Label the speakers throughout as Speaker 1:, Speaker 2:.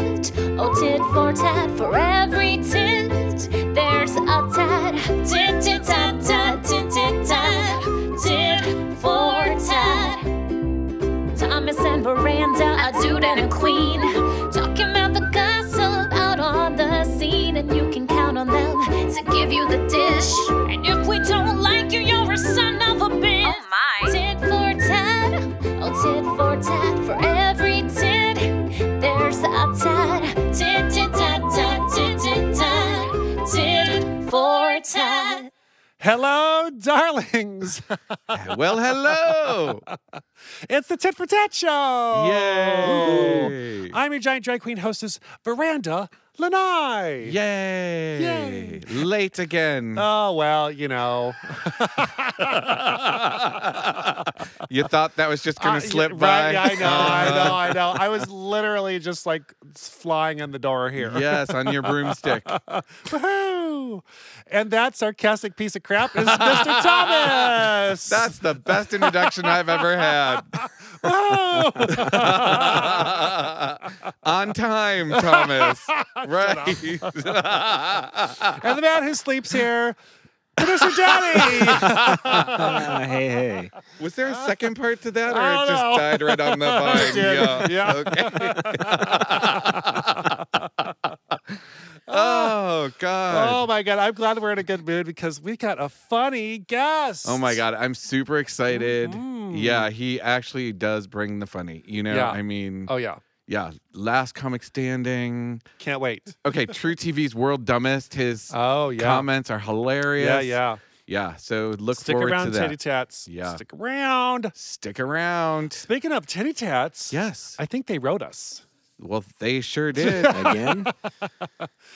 Speaker 1: Oh, tit for tat, for every tit, there's a tat. Tit, tit, tat, tat, tit, tit, tat. Tit for tat. Thomas and Miranda, a dude and a queen. Talking about the gossip out on the scene, and you can count on them to give you the dish. And if we don't like you, you're a son of a bitch.
Speaker 2: Oh my.
Speaker 1: Tit for tat, oh tit for tat, for every tit, there's a tat. Tit, tit, tat, tat, tit, tit, tat, tit for tat.
Speaker 3: Hello, darlings.
Speaker 4: well, hello.
Speaker 3: it's the Tit for Tat Show.
Speaker 4: Yay.
Speaker 3: Woo-hoo. I'm your giant drag queen hostess, Veranda Lanai.
Speaker 4: Yay.
Speaker 3: Yay.
Speaker 4: Late again.
Speaker 3: Oh, well, you know.
Speaker 4: you thought that was just going
Speaker 3: Uh,
Speaker 4: to
Speaker 3: yeah,
Speaker 4: slip by? Uh-huh.
Speaker 3: right, yeah, I know, I know, I know. I was literally just like flying in the door here.
Speaker 4: Uh, yes, on your broomstick.
Speaker 3: Woohoo! And that sarcastic piece of crap is Mr. Thomas.
Speaker 4: That's the best introduction I've ever had. on time, Thomas. right.
Speaker 3: and the man who sleeps here, producer Daddy.
Speaker 5: Ah, hey, hey.
Speaker 4: Was there a second part to that, or
Speaker 3: I
Speaker 4: it
Speaker 3: don't
Speaker 4: just
Speaker 3: know.
Speaker 4: died right on the
Speaker 3: It
Speaker 4: vine?
Speaker 3: did, yeah.
Speaker 4: Okay. oh God.
Speaker 3: oh my god! I'm glad we're in a good mood because we got a funny guest.
Speaker 4: Oh my God. I'm super excited. Yeah, he actually does bring the funny. You know,
Speaker 3: Mm-hmm. Yeah.
Speaker 4: I mean,
Speaker 3: Oh yeah!
Speaker 4: yeah. Last comic standing.
Speaker 3: Can't wait.
Speaker 4: Okay, True TV's World Dumbest. His
Speaker 3: Oh yeah!
Speaker 4: comments are hilarious.
Speaker 3: Yeah yeah.
Speaker 4: Yeah. So look
Speaker 3: Stick
Speaker 4: forward to
Speaker 3: around,
Speaker 4: that.
Speaker 3: titty tats.
Speaker 4: Yeah.
Speaker 3: Stick around.
Speaker 4: Stick around.
Speaker 3: Speaking of titty tats,
Speaker 4: Yes.
Speaker 3: I think they wrote us.
Speaker 4: well, they sure did.
Speaker 5: Again?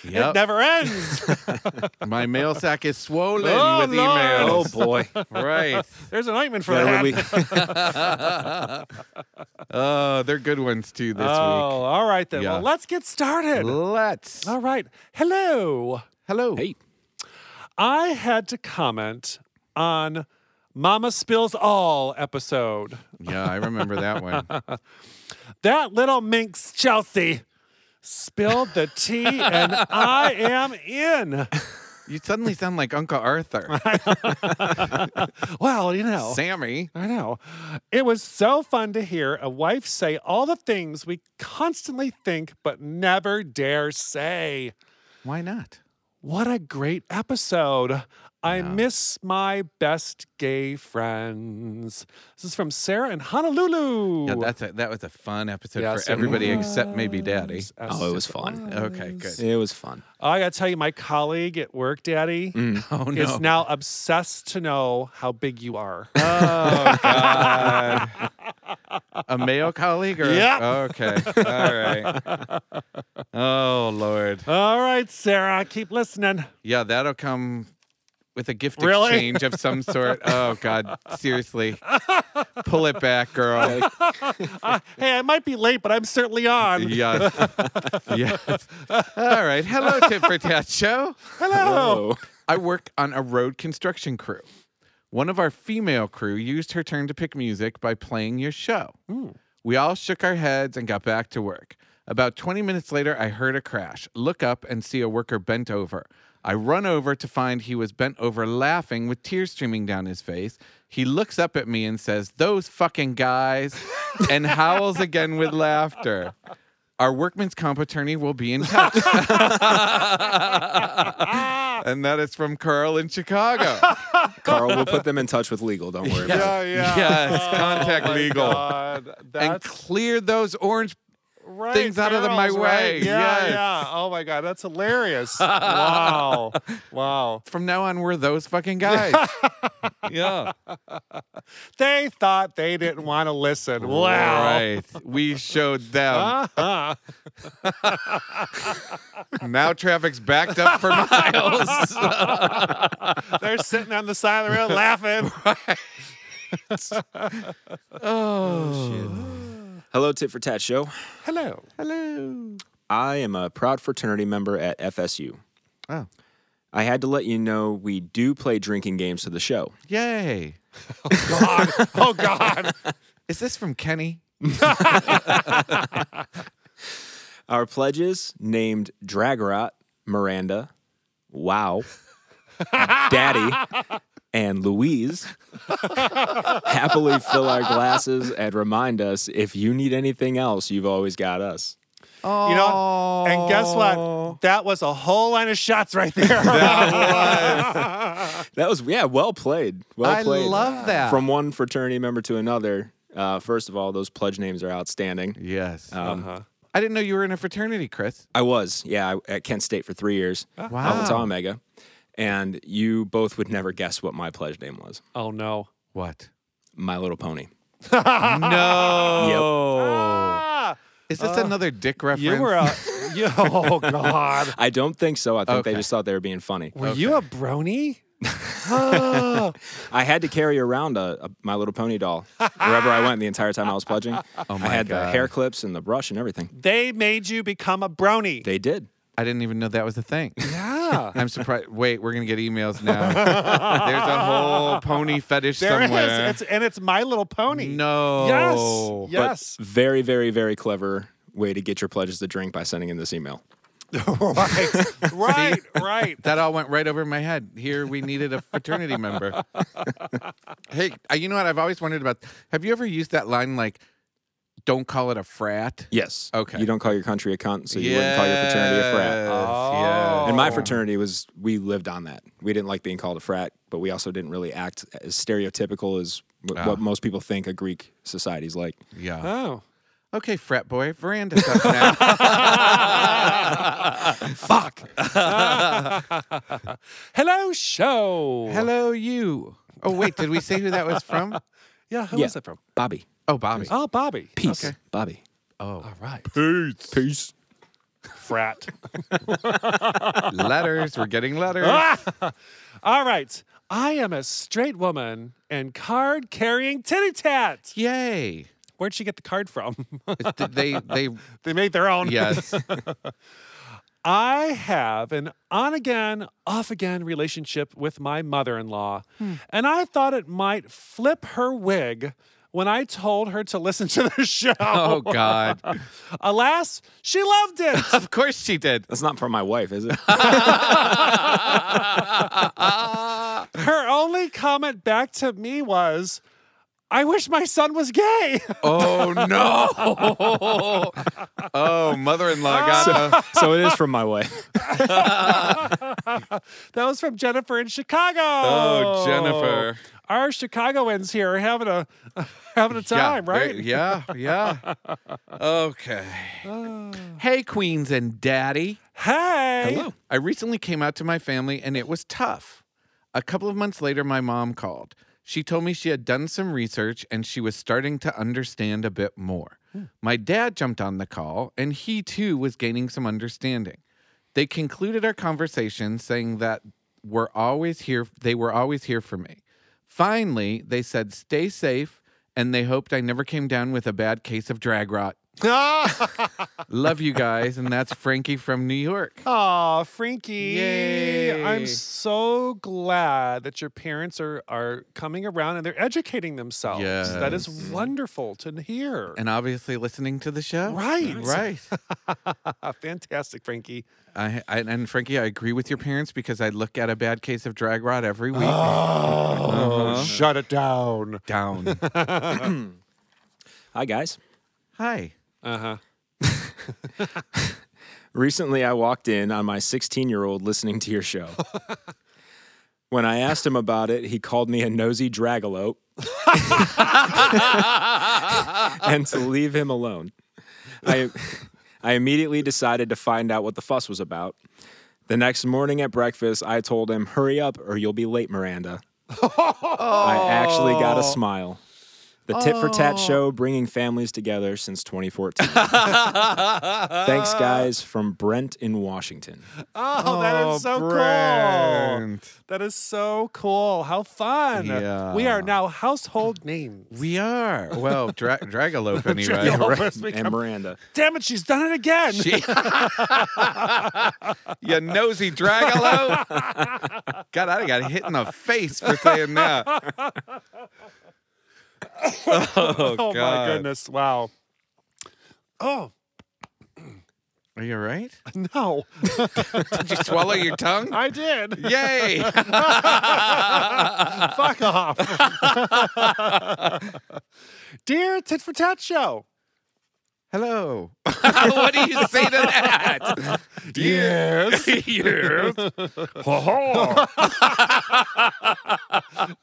Speaker 4: yep.
Speaker 3: It never ends.
Speaker 4: My mail sack is swollen
Speaker 3: Oh,
Speaker 4: with
Speaker 3: Lord.
Speaker 5: oh,
Speaker 4: emails.
Speaker 5: boy.
Speaker 4: Right.
Speaker 3: There's an ointment for
Speaker 5: Yeah,
Speaker 3: that.
Speaker 5: when we-
Speaker 4: Oh, they're good ones too
Speaker 3: oh,
Speaker 4: this
Speaker 3: all right then.
Speaker 4: Yeah.
Speaker 3: Well, let's get started.
Speaker 4: week. Let's.
Speaker 3: All right. Hello.
Speaker 4: Hello.
Speaker 5: hey.
Speaker 3: I had to comment on Mama Spills All episode.
Speaker 4: Yeah, I remember that one.
Speaker 3: That little minx, Chelsea, spilled the tea and I am in.
Speaker 4: You suddenly sound like Uncle Arthur.
Speaker 3: Well, you know.
Speaker 4: Sammy.
Speaker 3: I know. It was so fun to hear a wife say all the things we constantly think but never dare say.
Speaker 4: Why not?
Speaker 3: What a great episode. I
Speaker 4: Yeah.
Speaker 3: miss my best gay friends. This is from Sarah in Honolulu.
Speaker 4: Yeah, that's a, that was a fun episode
Speaker 3: Yeah,
Speaker 4: for
Speaker 3: so-
Speaker 4: everybody except maybe Daddy.
Speaker 5: Oh, it was fun.
Speaker 4: Okay, good.
Speaker 5: It was fun.
Speaker 3: I got to tell you, my colleague at work, Daddy,
Speaker 4: Oh no.
Speaker 3: is now obsessed to know how big you are.
Speaker 4: oh God. A male colleague or
Speaker 3: Yeah.
Speaker 4: okay. All right. Oh Lord.
Speaker 3: all right, Sarah, keep listening.
Speaker 4: Yeah, that'll come with a gift
Speaker 3: Really?
Speaker 4: exchange of some sort. Oh God, seriously, pull it back, girl.
Speaker 3: Uh, hey, I might be late, but I'm certainly on.
Speaker 4: Yes, yes. All right, hello, Tip for Tat Show.
Speaker 3: Hello.
Speaker 4: I work on a road construction crew. One of our female crew used her turn to pick music by playing your show. We all shook our heads and got back to work. About 20 minutes later, I heard a crash. Look up and see a worker bent over. I run over to find he was bent over laughing with tears streaming down his face. He looks up at me and says, Those fucking guys, and howls again with laughter. Our workman's comp attorney will be in touch. and that is from Carl in Chicago.
Speaker 5: Carl, we'll put them in touch with legal. Don't worry about
Speaker 3: Yeah, yeah. Oh
Speaker 4: Yes, contact
Speaker 3: my
Speaker 4: legal.
Speaker 3: God,
Speaker 4: and
Speaker 3: That's
Speaker 4: clear those orange.
Speaker 3: right,
Speaker 4: things out of the- my
Speaker 3: barrels,
Speaker 4: way.
Speaker 3: Right? Yeah,
Speaker 4: Yes.
Speaker 3: yeah. Oh my God, that's hilarious. wow, wow.
Speaker 4: From now on, we're those fucking guys. yeah.
Speaker 3: They thought they didn't want to listen. Wow.
Speaker 4: Right. We showed them.
Speaker 3: Uh-huh.
Speaker 4: Now traffic's backed up for miles.
Speaker 3: They're sitting on the side of the road laughing.
Speaker 5: it. Hello, Tit for Tat Show.
Speaker 3: Hello.
Speaker 4: Hello.
Speaker 5: I am a proud fraternity member at FSU.
Speaker 4: Oh.
Speaker 5: I had to let you know we do play drinking games to the show.
Speaker 4: Yay.
Speaker 3: God. Oh God.
Speaker 4: Is this from Kenny?
Speaker 5: Our pledges named Dragrat, Miranda, Wow, Daddy, and Louise happily fill our glasses and remind us if you need anything else, you've always got us.
Speaker 3: You know, and guess
Speaker 4: Oh.
Speaker 3: what? That was a whole line of shots right there.
Speaker 5: That was yeah, well played. Well
Speaker 4: I
Speaker 5: played.
Speaker 4: love that.
Speaker 5: From one fraternity member to another. Uh, first of all, those pledge names are outstanding.
Speaker 4: Yes.
Speaker 3: Oh.
Speaker 5: Um,
Speaker 4: I didn't know you were in a fraternity, Chris.
Speaker 5: I was, yeah, I, at Kent State for three years.
Speaker 4: Ah.
Speaker 5: Alpha Tau Omega, and you both would never guess what my pledge name was.
Speaker 3: oh no.
Speaker 4: What?
Speaker 5: My Little Pony.
Speaker 4: no.
Speaker 3: Ah,
Speaker 4: Is this another dick reference?
Speaker 3: you were a you, oh god.
Speaker 5: I don't think so. I think they
Speaker 4: Okay.
Speaker 5: just thought they were being funny.
Speaker 3: Were you a brony? Oh.
Speaker 5: I had to carry around a, a My Little Pony doll wherever I went the entire time I was pledging. Oh
Speaker 4: my
Speaker 5: I had the
Speaker 4: God.
Speaker 5: hair clips and the brush and everything.
Speaker 3: they made you become a brony.
Speaker 5: They did.
Speaker 4: I didn't even know that was a thing.
Speaker 3: yeah.
Speaker 4: I'm surprised. Wait, we're gonna get emails now. There's a whole pony fetish
Speaker 3: There it is.
Speaker 4: somewhere.
Speaker 3: It's and it's My Little Pony.
Speaker 4: no.
Speaker 3: Yes. Yes.
Speaker 5: Very, very, very clever way to get your pledges to drink by sending in this email.
Speaker 3: right. Right. Right.
Speaker 4: That all went right over my head. Here we needed a fraternity member. hey, uh, you know what? I've always wondered about. Have you ever used that line like, "Don't call it a frat"?
Speaker 5: Yes.
Speaker 4: Okay.
Speaker 5: You don't call your country a cunt, so you wouldn't call your fraternity a frat.
Speaker 3: Oh.
Speaker 5: And my
Speaker 3: Oh.
Speaker 5: fraternity was we lived on that. We didn't like being called a frat, but we also didn't really act as stereotypical as w-
Speaker 4: Ah.
Speaker 5: what most people think a Greek society's like.
Speaker 4: Yeah.
Speaker 3: Oh.
Speaker 4: Okay, frat boy, veranda's up now.
Speaker 5: Fuck.
Speaker 3: Hello, show.
Speaker 4: Hello, you. Oh wait, did we say who that was from?
Speaker 3: Yeah. Who
Speaker 5: Yeah.
Speaker 3: was that from?
Speaker 5: Bobby.
Speaker 4: Oh, Bobby.
Speaker 3: Oh, Bobby.
Speaker 5: Peace. Bobby.
Speaker 3: All right.
Speaker 4: Peace.
Speaker 5: Peace.
Speaker 3: Frat.
Speaker 4: letters. We're getting letters.
Speaker 3: Ah! All right. I am a straight woman and card carrying titty tat.
Speaker 4: Yay.
Speaker 3: Where'd she get the card from?
Speaker 4: It's- They they
Speaker 3: they made their own.
Speaker 4: yes.
Speaker 3: I have an on again, off again relationship with my mother in law, and I thought it might flip her wig when I told her to listen to the show.
Speaker 4: Oh God.
Speaker 3: Alas, she loved it.
Speaker 4: Of course she did.
Speaker 5: That's not for my wife, is it?
Speaker 4: Oh,
Speaker 3: Her only comment back to me was, I wish my son was gay.
Speaker 4: Oh no. Oh, mother-in-law got a
Speaker 5: so it is from my wife.
Speaker 3: That was from Jennifer in Chicago.
Speaker 4: Oh, Jennifer.
Speaker 3: Our Chicagoans here are having a having a time,
Speaker 4: yeah,
Speaker 3: right?
Speaker 4: there- Yeah, yeah. Okay. Hey, queens and daddy.
Speaker 3: Hey.
Speaker 4: I recently came out to my family and it was tough. A couple of months later, my mom called. She told me she had done some research and she was starting to understand a bit more. My dad jumped on the call and he too was gaining some understanding. They concluded our conversation saying that we're always here they were always here for me. Finally, they said stay safe and they hoped I never came down with a bad case of drag rot. Love you guys and that's Frankie from New York.
Speaker 3: Aw, Frankie.
Speaker 4: Yay.
Speaker 3: I'm so glad that your parents are are coming around and they're educating themselves. That is
Speaker 4: Yes.
Speaker 3: wonderful to hear.
Speaker 4: and obviously listening to the show.
Speaker 3: Right.
Speaker 4: right.
Speaker 3: Ah, Fantastic, Frankie.
Speaker 4: I, I and Frankie, I agree with your parents because I look at a bad case of drag rot every week.
Speaker 3: Oh, shut it down.
Speaker 4: Down.
Speaker 5: Hi guys.
Speaker 4: Hi.
Speaker 3: Uh-huh.
Speaker 5: Recently, I walked in on my 16 year old listening to your show. when I asked him about it, he called me a nosy dragalope and to leave him alone. I, I immediately decided to find out what the fuss was about. The next morning at breakfast, I told him, Hurry up or you'll be late, Miranda. I actually got a smile. The tit for tat show bringing families together since 2014. Thanks, guys, from Brent in Washington.
Speaker 3: Oh, that is so cool.
Speaker 4: Brent.
Speaker 3: That is so cool. How fun. We
Speaker 4: Yeah.
Speaker 3: are now household names.
Speaker 4: We are. Well, dra- Dragalope anyway.
Speaker 3: Dragalope.
Speaker 4: right?
Speaker 3: Let's make
Speaker 5: and
Speaker 3: up-
Speaker 5: Miranda.
Speaker 3: Damn it, she's done it again.
Speaker 4: you nosy Dragalope. God, I got hit in the face for saying that. oh,
Speaker 3: oh my Oh,
Speaker 4: God.
Speaker 3: goodness. Wow. Oh.
Speaker 4: Are you all right?
Speaker 3: No,
Speaker 4: Did you swallow your tongue?
Speaker 3: I did.
Speaker 4: Yay!
Speaker 3: Fuck off. Dear Tit for Tat Show.
Speaker 4: Hello. what do you say to that?
Speaker 3: Yes.
Speaker 4: yes.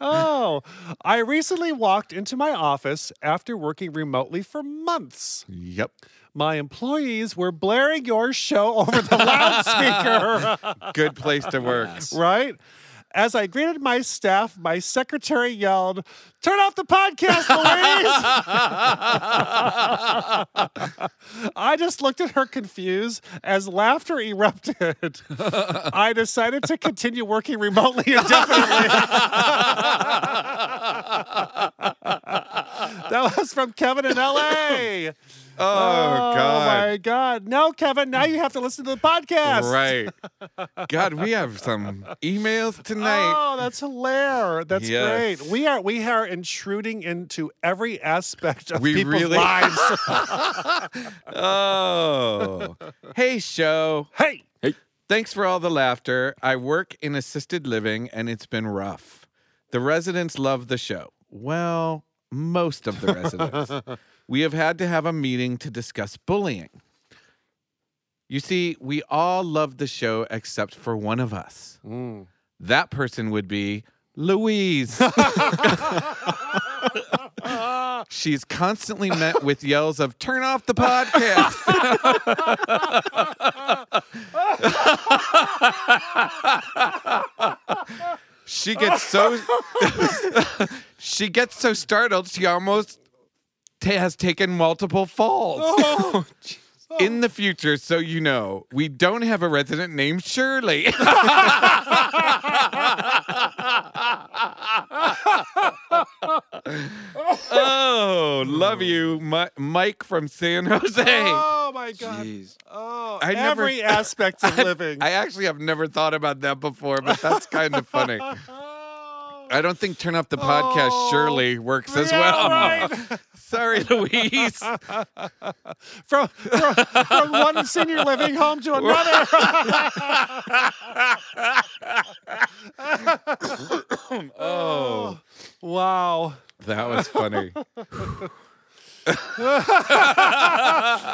Speaker 3: Oh, I recently walked into my office after working remotely for months.
Speaker 4: Yep.
Speaker 3: My employees were blaring your show over the loudspeaker,
Speaker 4: Good place to work.
Speaker 3: right? As I greeted my staff, my secretary yelled, Turn off the podcast, Louise! I just looked at her confused as laughter erupted. I decided to continue working remotely indefinitely. that was from Kevin in LA.
Speaker 4: Oh, God.
Speaker 3: my God. No, Kevin, now you have to listen to the podcast.
Speaker 4: Right. God, we have some emails tonight.
Speaker 3: Oh, that's hilarious. That's
Speaker 4: Yes.
Speaker 3: great. We are we are intruding into every aspect of
Speaker 4: We
Speaker 3: people's
Speaker 4: really-
Speaker 3: lives.
Speaker 4: Oh. Hey, show.
Speaker 3: hey.
Speaker 4: Thanks for all the laughter. I work in assisted living and it's been rough. The residents love the show. Well, most of the residents. we have had to have a meeting to discuss bullying. You see, we all love the show except for one of us. That person would be Louise. She's constantly met with yells of turn off the podcast. she gets so she gets so startled she almost ta has taken multiple falls. In the future, so you know, we don't have a resident named Shirley. oh, love you, Mi- Mike from San Jose.
Speaker 3: Oh my God.
Speaker 5: Jeez.
Speaker 3: Oh,
Speaker 4: I never-
Speaker 3: every aspect of living.
Speaker 4: I actually have never thought about that before, but that's kind of funny.
Speaker 3: Oh.
Speaker 4: I don't think turn off the podcast
Speaker 3: Oh,
Speaker 4: surely works as
Speaker 3: yeah,
Speaker 4: well.
Speaker 3: right.
Speaker 4: Sorry, Louise.
Speaker 3: from, from, from one senior living home to another.
Speaker 4: oh,
Speaker 3: wow.
Speaker 4: that was funny.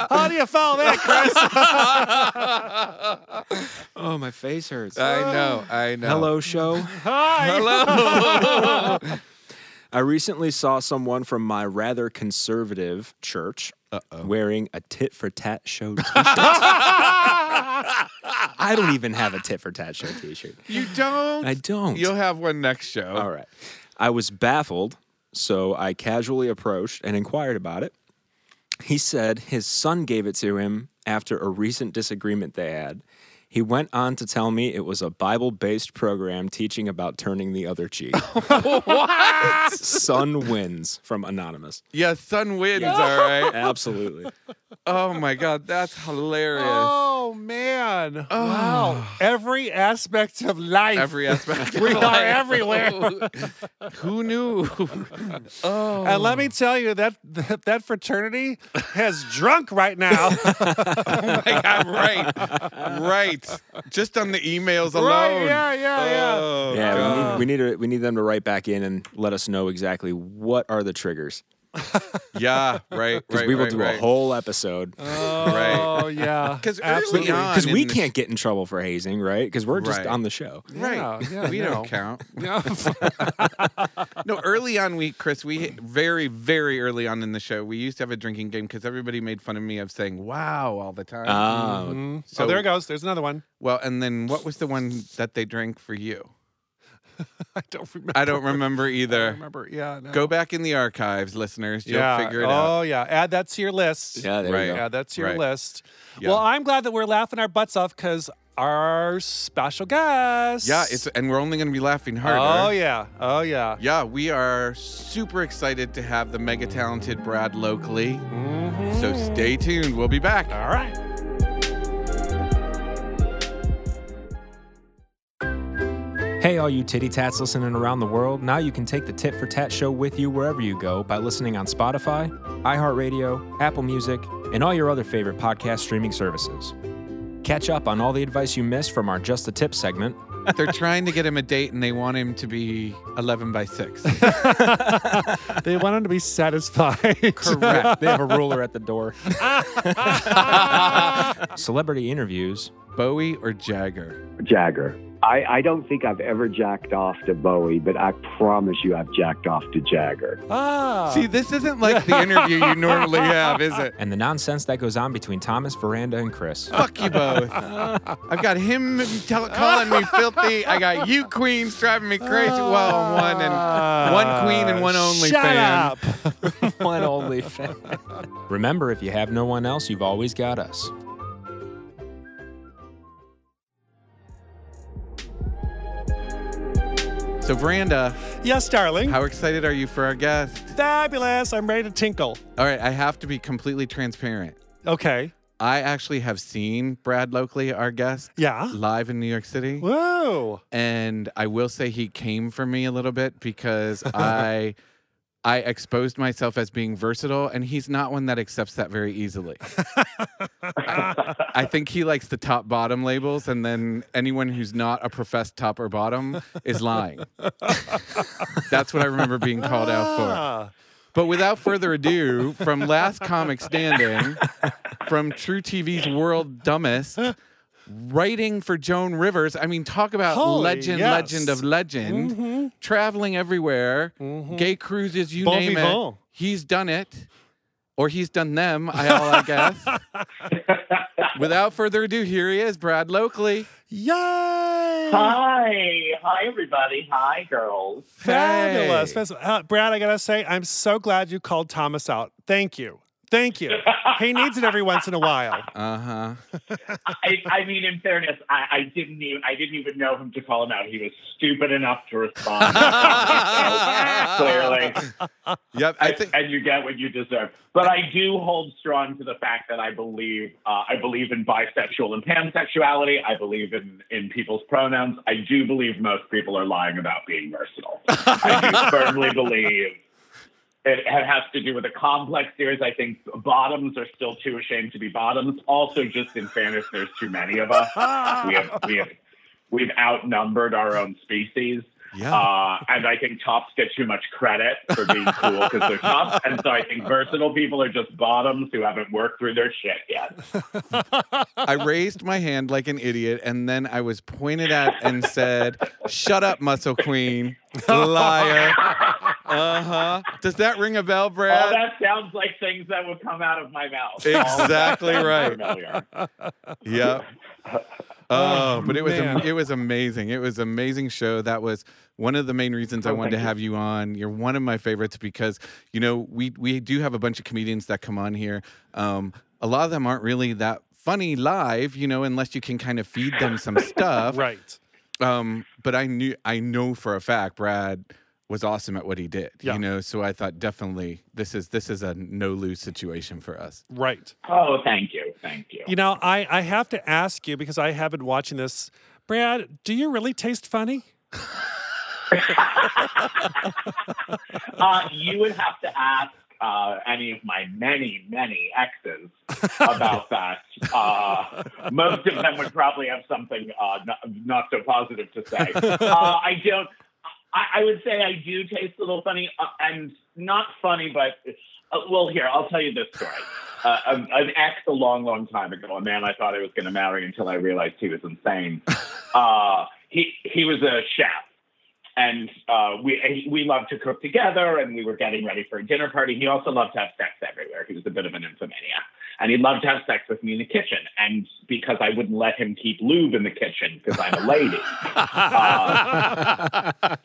Speaker 3: How do you follow that, Chris?
Speaker 5: Oh, my face hurts.
Speaker 4: I know. I know.
Speaker 5: Hello, show.
Speaker 3: Hi.
Speaker 4: Hello.
Speaker 5: I recently saw someone from my rather conservative church wearing a tit for tat show t shirt. I don't even have a tit for tat show t shirt.
Speaker 4: you don't.
Speaker 5: I don't.
Speaker 4: You'll have one next show.
Speaker 5: All right. I was baffled, so I casually approached and inquired about it. He said his son gave it to him after a recent disagreement they had. He went on to tell me it was a Bible based program teaching about turning the other cheek. what? Son wins from Anonymous.
Speaker 4: Yeah, sun wins. All right.
Speaker 5: Absolutely.
Speaker 4: Oh my God, that's hilarious.
Speaker 3: Oh man! Wow! Every aspect of life.
Speaker 4: Every aspect. of
Speaker 3: we are
Speaker 4: life.
Speaker 3: everywhere.
Speaker 4: Who knew? oh.
Speaker 3: And let me tell you that that, that fraternity has drunk right now.
Speaker 4: my God, right, right. Just on the emails alone.
Speaker 3: Right, yeah, yeah, yeah.
Speaker 4: Oh, God.
Speaker 5: Yeah, we need, we, need to, we need them to write back in and let us know exactly what are the triggers.
Speaker 4: yeah, right,
Speaker 5: Because
Speaker 4: right.
Speaker 5: we will
Speaker 4: right,
Speaker 5: do
Speaker 4: right.
Speaker 5: a whole episode.
Speaker 4: Right.
Speaker 3: Oh yeah.
Speaker 4: 'Cause early
Speaker 3: absolutely.
Speaker 4: on-
Speaker 5: Because we
Speaker 4: in the-
Speaker 5: can't get in trouble for hazing, right? Because we're just
Speaker 4: Right.
Speaker 5: on the show.
Speaker 4: Right.
Speaker 3: Yeah, yeah,
Speaker 4: we
Speaker 3: no.
Speaker 4: don't count.
Speaker 3: Yeah.
Speaker 4: No, early on, we, Chris, we very, very early on in the show, we used to have a drinking game because everybody made fun of me of saying wow all the time.
Speaker 5: Oh,
Speaker 4: so,
Speaker 3: oh, there it goes. There's another one.
Speaker 4: Well, and then what was the one that they drank for you?
Speaker 3: I don't remember.
Speaker 4: I don't remember either.
Speaker 3: remember. Yeah. No.
Speaker 4: Go back in the archives, listeners. You'll
Speaker 3: Yeah.
Speaker 4: figure it
Speaker 3: oh,
Speaker 4: out.
Speaker 3: yeah. Add that to your list.
Speaker 5: yeah, there
Speaker 4: Right.
Speaker 5: you go.
Speaker 3: Yeah, that's your
Speaker 4: Right.
Speaker 3: list.
Speaker 4: Yeah.
Speaker 3: Well, I'm glad that we're laughing our butts off because our special guest.
Speaker 4: Yeah, it's and we're only going to be laughing harder.
Speaker 3: Oh yeah. Oh yeah.
Speaker 4: Yeah, we are super excited to have the mega talented Brad locally.
Speaker 3: Mm-hmm.
Speaker 4: So stay tuned. We'll be back.
Speaker 3: All right.
Speaker 5: Hey, all you titty tats listening around the world, now you can take the Tit for Tat show with you wherever you go by listening on Spotify, iHeartRadio, Apple Music, and all your other favorite podcast streaming services. Catch up on all the advice you missed from our Just the Tip segment.
Speaker 4: They're trying to get him a date and they want him to be 11 by 6.
Speaker 3: They want him to be satisfied.
Speaker 4: Correct.
Speaker 5: They have a ruler at the door. Celebrity interviews.
Speaker 4: Bowie or Jagger?
Speaker 2: Jagger. I, I don't think I've ever jacked off to Bowie, but I promise you I've jacked off to Jagger.
Speaker 3: ah.
Speaker 4: See, this isn't like the interview you normally have, is it?
Speaker 5: and the nonsense that goes on between Thomas, Veranda, and Chris.
Speaker 4: Fuck you both. I've got him tell calling me filthy. I got you queens driving me crazy. Well, I'm one and one queen and one only
Speaker 3: Ah. Shut
Speaker 4: fan.
Speaker 3: up.
Speaker 5: one only Remember, if you have no one else, you've always got us.
Speaker 4: So, Veranda,
Speaker 3: Yes, darling.
Speaker 4: how excited are you for our guest?
Speaker 3: Fabulous. I'm ready to tinkle.
Speaker 4: All right, I have to be completely transparent.
Speaker 3: Okay.
Speaker 4: I actually have seen Brad Lockley, our guest,
Speaker 3: Yeah.
Speaker 4: live in New York City.
Speaker 3: Whoa.
Speaker 4: and I will say he came for me a little bit because I I exposed myself as being versatile, and he's not one that accepts that very easily. I, I think he likes the top bottom labels, and then anyone who's not a professed top or bottom is lying. That's what I remember being called out for.
Speaker 3: Ah.
Speaker 4: But without further ado, from Last Comic Standing, from True TV's World Dumbest, writing for Joan Rivers. I mean, talk about
Speaker 3: Holy
Speaker 4: legend,
Speaker 3: yes. Mm-hmm.
Speaker 4: legend of legend, traveling everywhere, gay cruises, you
Speaker 3: Bon
Speaker 4: name
Speaker 3: vivant.
Speaker 4: it. He's done it, or he's done them, I, all I guess. without further ado, here he is, Brad Lockley.
Speaker 3: Yay.
Speaker 6: Hi. Hi, everybody. Hi, girls.
Speaker 3: Fabulous.
Speaker 4: Hey.
Speaker 3: Fabulous. Uh, Brad, I got to say, I'm so glad you called Thomas out. Thank you. Thank you. he needs it every once in a while.
Speaker 4: Uh huh.
Speaker 6: I, I mean, in fairness, I, I didn't even I didn't even know him to call him out. He was stupid enough to respond. So, Clearly,
Speaker 4: Yep. I think.
Speaker 6: and you get what you deserve. But I do hold strong to the fact that I believe uh, I believe in bisexual and pansexuality. I believe in in people's pronouns. I do believe most people are lying about being versatile. I do firmly believe. It it has to do with a complex series. I think bottoms are still too ashamed to be bottoms. Also, just in fairness, there's too many of us. We have we have we've outnumbered our own species.
Speaker 4: Yeah.
Speaker 6: Uh, and I think tops get too much credit for being cool because they're tops. And so I think versatile people are just bottoms who haven't worked through their shit yet.
Speaker 4: I raised my hand like an idiot, and then I was pointed at and said, "Shut up, Muscle Queen, liar." Uh huh. Does that ring a bell,
Speaker 6: All
Speaker 4: Brad?
Speaker 6: that sounds like things that would come out of my mouth.
Speaker 4: Exactly
Speaker 6: All that
Speaker 4: right.
Speaker 6: sounds familiar.
Speaker 4: Yep. Oh, but it was am-
Speaker 3: man.
Speaker 4: it was amazing. It was an amazing show. That was one of the main reasons I wanted to have you on. You're one of my favorites because you know we we do have a bunch of comedians that come on here. Um, a lot of them aren't really that funny live, you know, unless you can kind of feed them some stuff.
Speaker 3: Right.
Speaker 4: Um, but I knew I know for a fact Brad was awesome at what he did.
Speaker 3: Yeah.
Speaker 4: You know, so I thought definitely this is this is a no lose situation for us.
Speaker 3: Right.
Speaker 6: Oh, thank you. Thank you.
Speaker 3: You know, I, I have to ask you because I have been watching this. Brad, do you really taste funny?
Speaker 6: Uh, you would have to ask uh, any of my many, many exes about that. Uh, most of them would probably have something uh, not, not so positive to say. Uh, I don't. I, I would say I do taste a little funny, uh, and not funny, but uh, well, here I'll tell you this story. Uh, an an ex a long, long time ago, a man I thought I was going to marry until I realized he was insane. Uh, he he was a chef, and uh, we we loved to cook together, and we were getting ready for a dinner party. He also loved to have sex everywhere. He was a bit of an infomaniac, and he loved to have sex with me in the kitchen. And because I wouldn't let him keep lube in the kitchen because I'm a lady, uh,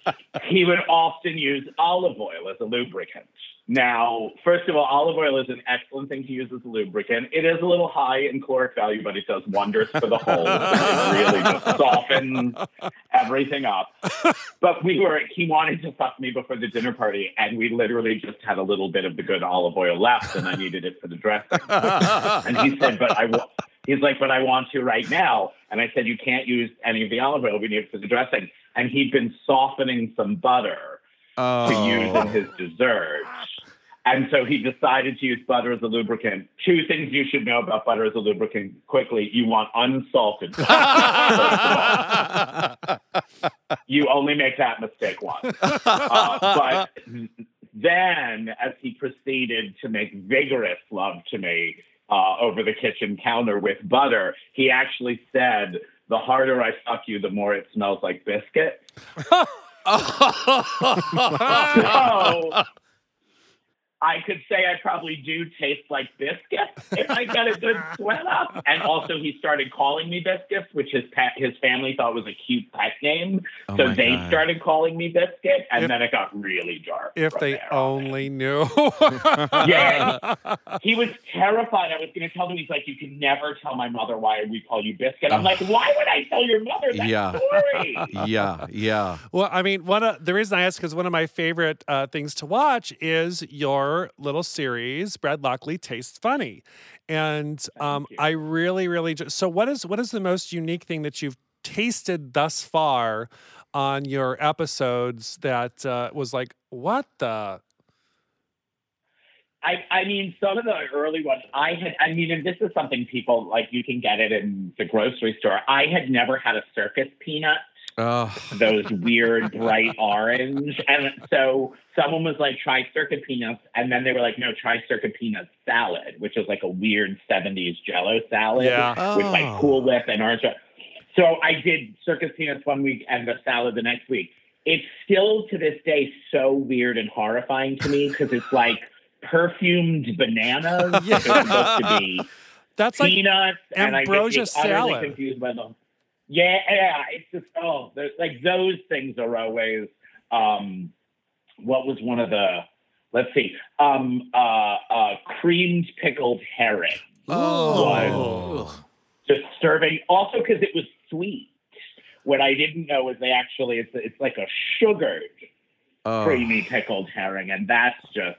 Speaker 6: he would often use olive oil as a lubricant. Now, first of all, olive oil is an excellent thing to use as a lubricant. It is a little high in caloric value, but it does wonders for the whole. it really just softens everything up but we were he wanted to fuck me before the dinner party and we literally just had a little bit of the good olive oil left and i needed it for the dressing and he said but i wa- he's like but i want to right now and i said you can't use any of the olive oil we need it for the dressing and he'd been softening some butter to use in
Speaker 4: Oh,
Speaker 6: his dessert And so he decided to use butter as a lubricant. Two things you should know about butter as a lubricant quickly. You want unsalted butter. first of all.
Speaker 3: Oh
Speaker 6: you only make that mistake once. Uh, but then, as he proceeded to make vigorous love to me uh, over the kitchen counter with butter, he actually said, "The harder I suck you, the more it smells like biscuit."
Speaker 4: Oh
Speaker 6: so. I could say I probably do taste like biscuit if I get a good sweat up. And also, he started calling me biscuits, which his pet, his family thought was a cute pet name.
Speaker 4: Oh
Speaker 6: so
Speaker 4: my
Speaker 6: they
Speaker 4: God.
Speaker 6: started calling me biscuit, and
Speaker 3: If-
Speaker 6: then it got really dark.
Speaker 3: If
Speaker 6: from
Speaker 3: they
Speaker 6: there on in.
Speaker 3: only knew.
Speaker 6: Yeah. He was terrified. I was going to tell him. He's like, "You can never tell my mother why we call you biscuit." I'm
Speaker 4: Ugh.
Speaker 6: like, "Why would I tell your mother that
Speaker 4: Yeah.
Speaker 6: story?"
Speaker 4: yeah, yeah.
Speaker 3: Well, I mean, one of the reason I ask is one of my favorite uh, things to watch is your little series, Brad Lockley Tastes Funny, and um,
Speaker 6: you.
Speaker 3: I really, really. Ju- so, what is what is the most unique thing that you've tasted thus far on your episodes that uh, was like, what the?
Speaker 6: I, I mean, some of the early ones, I had, I mean, and this is something people like, you can get it in the grocery store. I had never had a circus peanut,
Speaker 4: Oh,
Speaker 6: those weird bright orange. And so someone was like, try circuit peanuts. And then they were like, no, try circuit peanut salad, which is like a weird 70s jello salad
Speaker 3: Yeah.
Speaker 6: with like Cool Whip and orange. So I did circus peanuts one week and the salad the next week. It's still to this day so weird and horrifying to me because it's like perfumed bananas.
Speaker 3: Yeah.
Speaker 6: It's supposed to be
Speaker 3: That's like
Speaker 6: peanuts, and I get
Speaker 3: ambrosia
Speaker 6: just utterly
Speaker 3: salad.
Speaker 6: confused by them. Yeah, yeah, it's just oh, there's- like those things are always. Um, what was one of the? Let's see. Um, uh, uh, creamed pickled herring
Speaker 4: Oh.
Speaker 6: disturbing. Also, because it was sweet. What I didn't know was they actually it's it's like a sugared
Speaker 4: Oh.
Speaker 6: creamy pickled herring, and that's just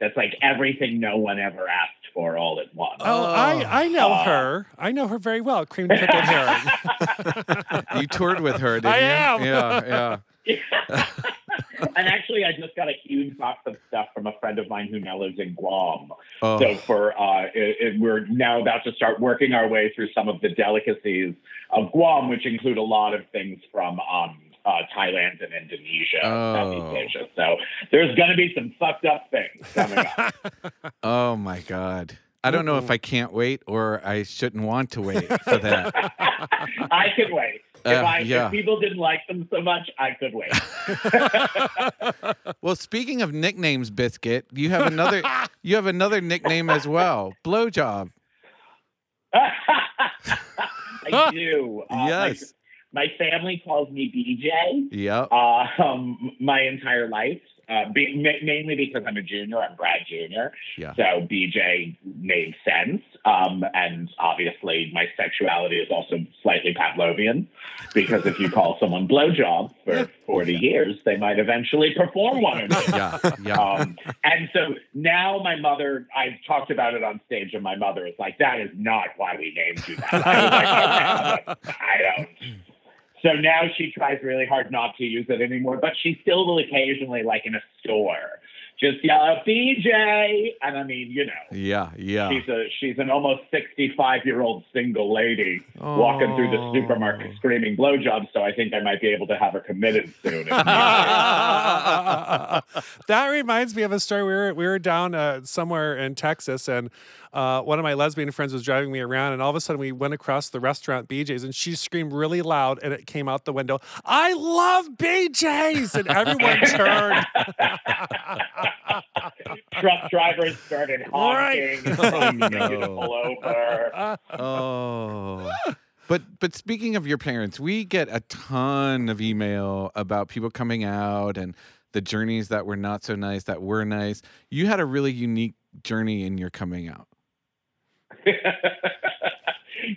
Speaker 6: that's like everything no one ever asked for all at once.
Speaker 3: Oh, I, I know
Speaker 6: Oh.
Speaker 3: her. I know her very well. Cream pickled herring.
Speaker 4: Oh. You toured with her, didn't
Speaker 3: I
Speaker 4: you?
Speaker 3: am.
Speaker 4: Yeah, yeah.
Speaker 6: and actually, I just got a huge box of stuff from a friend of mine who now lives in Guam.
Speaker 4: Oh.
Speaker 6: So for uh, it, it, we're now about to start working our way through some of the delicacies of Guam, which include a lot of things from um, uh, Thailand and Indonesia, and
Speaker 4: Oh.
Speaker 6: Southeast Asia. So there's going to be some fucked up things coming up.
Speaker 4: Oh my God. I don't know if I can't wait or I shouldn't want to wait for that.
Speaker 6: I could wait. If,
Speaker 4: Uh,
Speaker 6: I,
Speaker 4: yeah.
Speaker 6: if people didn't like them so much, I could wait.
Speaker 4: well, speaking of nicknames, Biscuit, you have another you have another nickname as well. Blowjob.
Speaker 6: I do. Uh, my-
Speaker 4: yes.
Speaker 6: My, family calls me BJ.
Speaker 4: Yep.
Speaker 6: uh, um, my entire life, uh, be, ma- mainly because I'm a junior. I'm Brad Junior,
Speaker 4: Yeah.
Speaker 6: so BJ made sense. Um, and obviously, my sexuality is also slightly Pavlovian, because if you call someone blowjob for 40 years, they might eventually perform one. of these.
Speaker 4: Yeah. Yeah.
Speaker 6: Um, and so now my mother, I've talked about it on stage, and my mother is like, "That is not why we named you that." I was like, "Okay, mother, I don't. So now she tries really hard not to use it anymore, but she still will occasionally, like in a store, just yell out BJ, and I mean, you know.
Speaker 4: Yeah. Yeah.
Speaker 6: She's a she's an almost sixty five year old single lady walking through the
Speaker 4: Oh.
Speaker 6: supermarket screaming blowjobs. So I think I might be able to have her committed soon. if needed.
Speaker 3: that reminds me of a story. We were we were down uh, somewhere in Texas, and uh, one of my lesbian friends was driving me around, and all of a sudden we went across the restaurant BJ's, and she screamed really loud, and it came out the window. I love BJ's, and everyone turned.
Speaker 6: truck drivers started honking and telling me to
Speaker 4: No.
Speaker 6: pull over.
Speaker 4: Oh. But but speaking of your parents, we get a ton of email about people coming out and the journeys that were not so nice that were nice. You had a really unique journey in your coming out.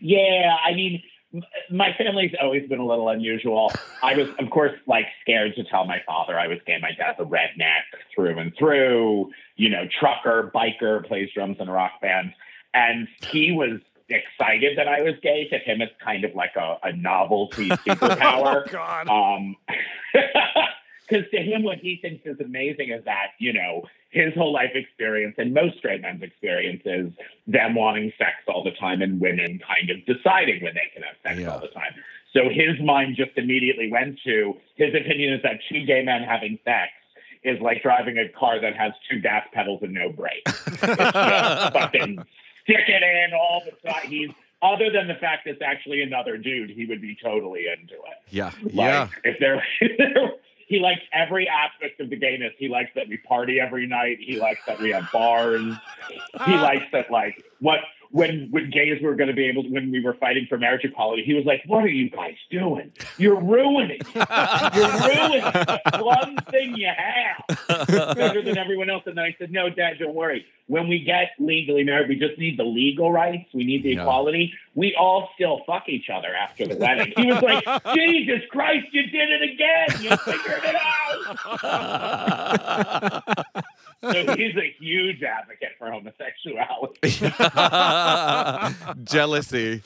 Speaker 6: yeah, I mean, m- my family's always been a little unusual. I was, of course, like scared to tell my father I was gay. My dad's a redneck through and through, you know, trucker, biker, plays drums in a rock band. And he was excited that I was gay. To him,
Speaker 3: Oh,
Speaker 6: it's kind of like a, a novelty superpower.
Speaker 3: God.
Speaker 6: Um, Because Um, to him, what he thinks is amazing is that, you know, his whole life experience and most straight men's experience is them wanting sex all the time and women kind of deciding when they can have sex all the time. So his mind just immediately went to his opinion is that two gay men having sex is like driving a car that has two gas pedals and no brakes. It's just fucking stick it in all the time. He's other than the fact it's actually another dude, he would be totally into it.
Speaker 4: Yeah.
Speaker 6: Like,
Speaker 4: Yeah.
Speaker 6: If there, he likes every aspect of the gayness. He likes that we party every night. He likes that we have bars. he likes that like what when when gays were going to be able to, when we were fighting for marriage equality. He was like, "What are you guys doing? You're ruining. it. You're ruining the one thing you have better than everyone else." And then I said, "No, Dad, don't worry. When we get legally married, we just need the legal rights. We need the
Speaker 4: Yeah.
Speaker 6: equality. We all still fuck each other after the wedding." He was like, "Jesus Christ, you did it again. You figured it out." So he's a huge advocate for homosexuality.
Speaker 4: Jealousy.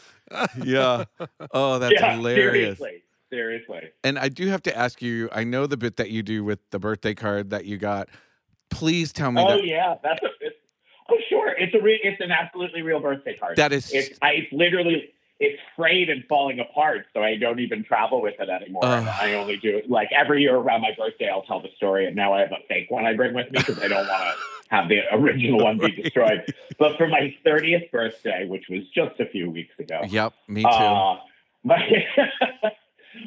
Speaker 4: Yeah. Oh, that's hilarious.
Speaker 6: Seriously. Seriously.
Speaker 4: And I do have to ask you, I know the bit that you do with the birthday card that you got. Please tell me
Speaker 6: Oh
Speaker 4: that.
Speaker 6: yeah, that's a. It's, oh sure, it's a. Re, it's an absolutely real birthday card.
Speaker 4: That is-
Speaker 6: It's. I, it's literally. It's frayed and falling apart, so I don't even travel with it anymore.
Speaker 4: Ugh.
Speaker 6: I only do it like every year around my birthday. I'll tell the story, and now I have a fake one I bring with me because I don't want to have the original one be destroyed. But for my thirtieth birthday, which was just a few weeks ago,
Speaker 4: Yep, me too.
Speaker 6: uh, my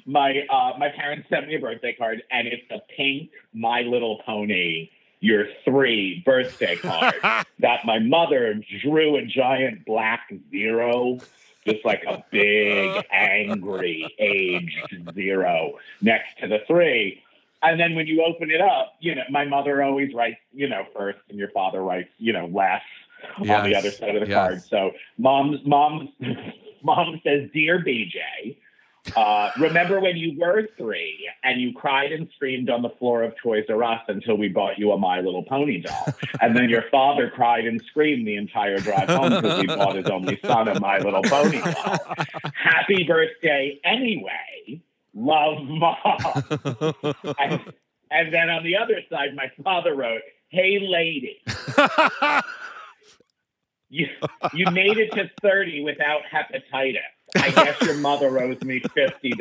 Speaker 6: my uh, my parents sent me a birthday card, and it's a pink My Little Pony You're Three birthday card that my mother drew a giant black zero. Just like a big, angry, aged zero next to the three. And then when you open it up, you know, my mother always writes, you know, first and your father writes, you know, last on the
Speaker 4: Yes.
Speaker 6: other side of the
Speaker 4: Yes.
Speaker 6: card. So mom's mom's mom says, Dear BJ, uh, remember when you were three and you cried and screamed on the floor of Toys R Us until we bought you a My Little Pony doll? And then your father cried and screamed the entire drive home because we bought his only son a My Little Pony doll. Happy birthday anyway. Love mom. and, and then on the other side, my father wrote, Hey lady. you, you made it to 30 without hepatitis. I guess your mother owes me $50.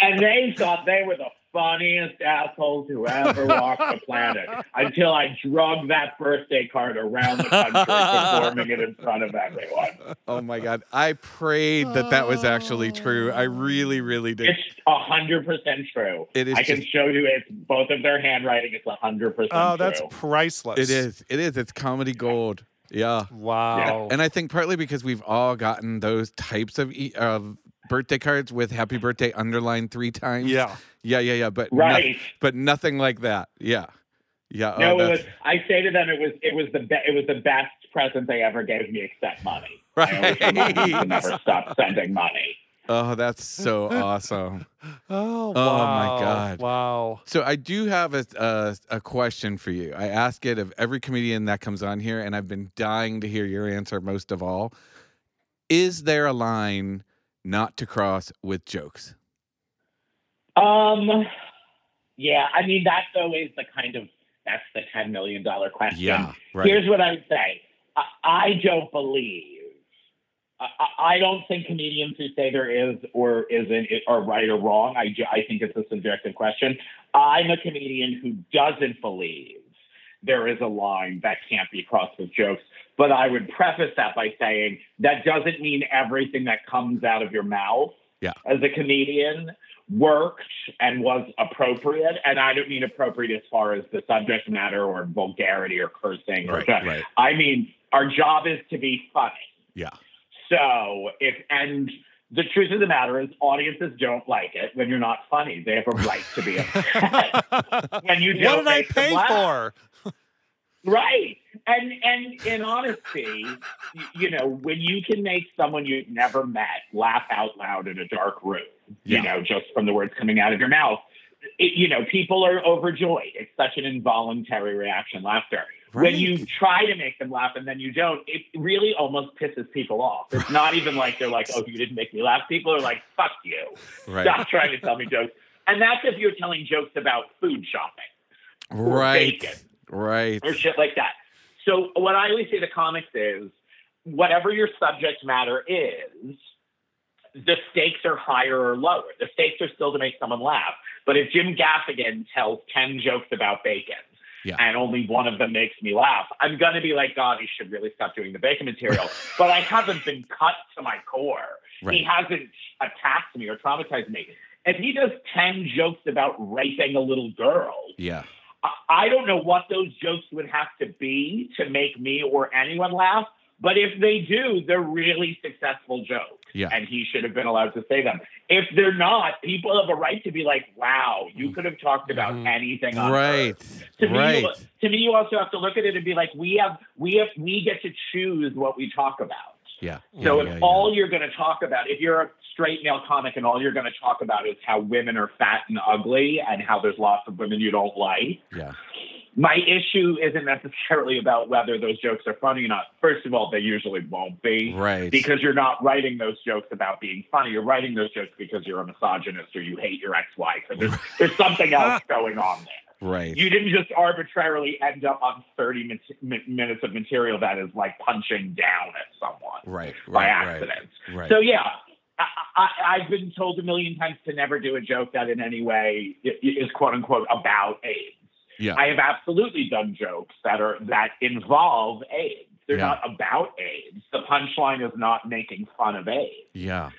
Speaker 6: And they thought they were the funniest assholes who ever walked the planet until I drug that birthday card around the country, performing it in front of everyone.
Speaker 4: oh my God. I prayed that that was actually true. I really, really did.
Speaker 6: It's a hundred percent true.
Speaker 4: It is
Speaker 6: I can
Speaker 4: just-
Speaker 6: show you it's both of their handwriting. It's a hundred percent
Speaker 3: Oh,
Speaker 6: true.
Speaker 3: that's priceless.
Speaker 4: It is. It is. It's comedy gold. Yeah.
Speaker 3: Wow.
Speaker 4: And I think partly because we've all gotten those types of e- of birthday cards with happy birthday underlined three times.
Speaker 3: yeah.
Speaker 4: Yeah, yeah, yeah. But no-
Speaker 6: right.
Speaker 4: but nothing like that. Yeah. Yeah. oh,
Speaker 6: No, it
Speaker 4: that's-
Speaker 6: was. I say to them, it was. It was the. Be- it was the best present they ever gave me, except money. I always remind them to
Speaker 4: Right.
Speaker 6: never stop sending money.
Speaker 4: oh, that's so awesome.
Speaker 3: Oh,
Speaker 4: my
Speaker 3: wow.
Speaker 4: God.
Speaker 3: Wow.
Speaker 4: So I do have a, a a question for you. I ask it of every comedian that comes on here, and I've been dying to hear your answer most of all. Is there a line not to cross with jokes?
Speaker 6: Um, yeah, I mean that's always the kind of that's the ten million dollar question. Here's what I would say: I, I don't believe, I, I- I don't think comedians who say there is or isn't it- are right or wrong. I ju- I think it's a subjective question. I'm a comedian who doesn't believe there is a line that can't be crossed with jokes. But I would preface that by saying that doesn't mean everything that comes out of your mouth
Speaker 4: Yeah.
Speaker 6: as a comedian worked and was appropriate. And I don't mean appropriate as far as the subject matter or vulgarity or cursing. Or
Speaker 4: Right,
Speaker 6: that.
Speaker 4: right.
Speaker 6: I mean, our job is to be funny.
Speaker 4: Yeah.
Speaker 6: So if, and the truth of the matter is audiences don't like it when you're not funny. They have a right to be upset when you
Speaker 3: what
Speaker 6: don't
Speaker 3: did I
Speaker 6: make them
Speaker 3: pay
Speaker 6: laugh.
Speaker 3: for?
Speaker 6: Right. And and in honesty, y- you know, when you can make someone you've never met laugh out loud in a dark room,
Speaker 4: Yeah.
Speaker 6: you know, just from the words coming out of your mouth, it, you know, people are overjoyed. It's such an involuntary reaction, laughter.
Speaker 4: Right.
Speaker 6: When you try to make them laugh and then you don't, it really almost pisses people off. It's not even like they're like, oh, you didn't make me laugh. People are like, fuck you.
Speaker 4: Right.
Speaker 6: Stop trying to tell me jokes. And that's if you're telling jokes about food shopping
Speaker 4: Right.
Speaker 6: bacon.
Speaker 4: Right.
Speaker 6: or shit like that. So what I always say to comics is, whatever your subject matter is, the stakes are higher or lower. The stakes are still to make someone laugh. But if Jim Gaffigan tells ten jokes about bacon.
Speaker 4: Yeah.
Speaker 6: And only one of them makes me laugh. I'm gonna be like, God, he should really stop doing the bacon material. but I haven't been cut to my core. He
Speaker 4: Right.
Speaker 6: hasn't attacked me or traumatized me. If he does ten jokes about raping a little girl,
Speaker 4: Yeah.
Speaker 6: I- I don't know what those jokes would have to be to make me or anyone laugh, but if they do, they're really successful jokes.
Speaker 4: Yeah.
Speaker 6: And he should have been allowed to say them. If they're not, people have a right to be like, wow, you could have talked about anything on
Speaker 4: Mm-hmm. Right.
Speaker 6: earth." To me,
Speaker 4: Right.
Speaker 6: you- to me, you also have to look at it and be like, we have, we have, we get to choose what we talk about.
Speaker 4: Yeah.
Speaker 6: So
Speaker 4: Yeah,
Speaker 6: if
Speaker 4: yeah, yeah.
Speaker 6: all you're going to talk about, if you're a straight male comic and all you're going to talk about is how women are fat and ugly and how there's lots of women you don't like,
Speaker 4: Yeah.
Speaker 6: my issue isn't necessarily about whether those jokes are funny or not. First of all, they usually won't be
Speaker 4: Right.
Speaker 6: because you're not writing those jokes about being funny. You're writing those jokes because you're a misogynist or you hate your ex-wife. And there's, there's something else going on there.
Speaker 4: right.
Speaker 6: You didn't just arbitrarily end up on 30 min- min- minutes of material that is like punching down at someone
Speaker 4: right. Right.
Speaker 6: by
Speaker 4: Right.
Speaker 6: accident.
Speaker 4: Right.
Speaker 6: So yeah, I, I, I've been told a million times to never do a joke that in any way i- is quote unquote about AIDS.
Speaker 4: yeah.
Speaker 6: I have absolutely done jokes that are that involve AIDS. They're
Speaker 4: Yeah.
Speaker 6: not about AIDS. The punchline is not making fun of AIDS.
Speaker 4: yeah.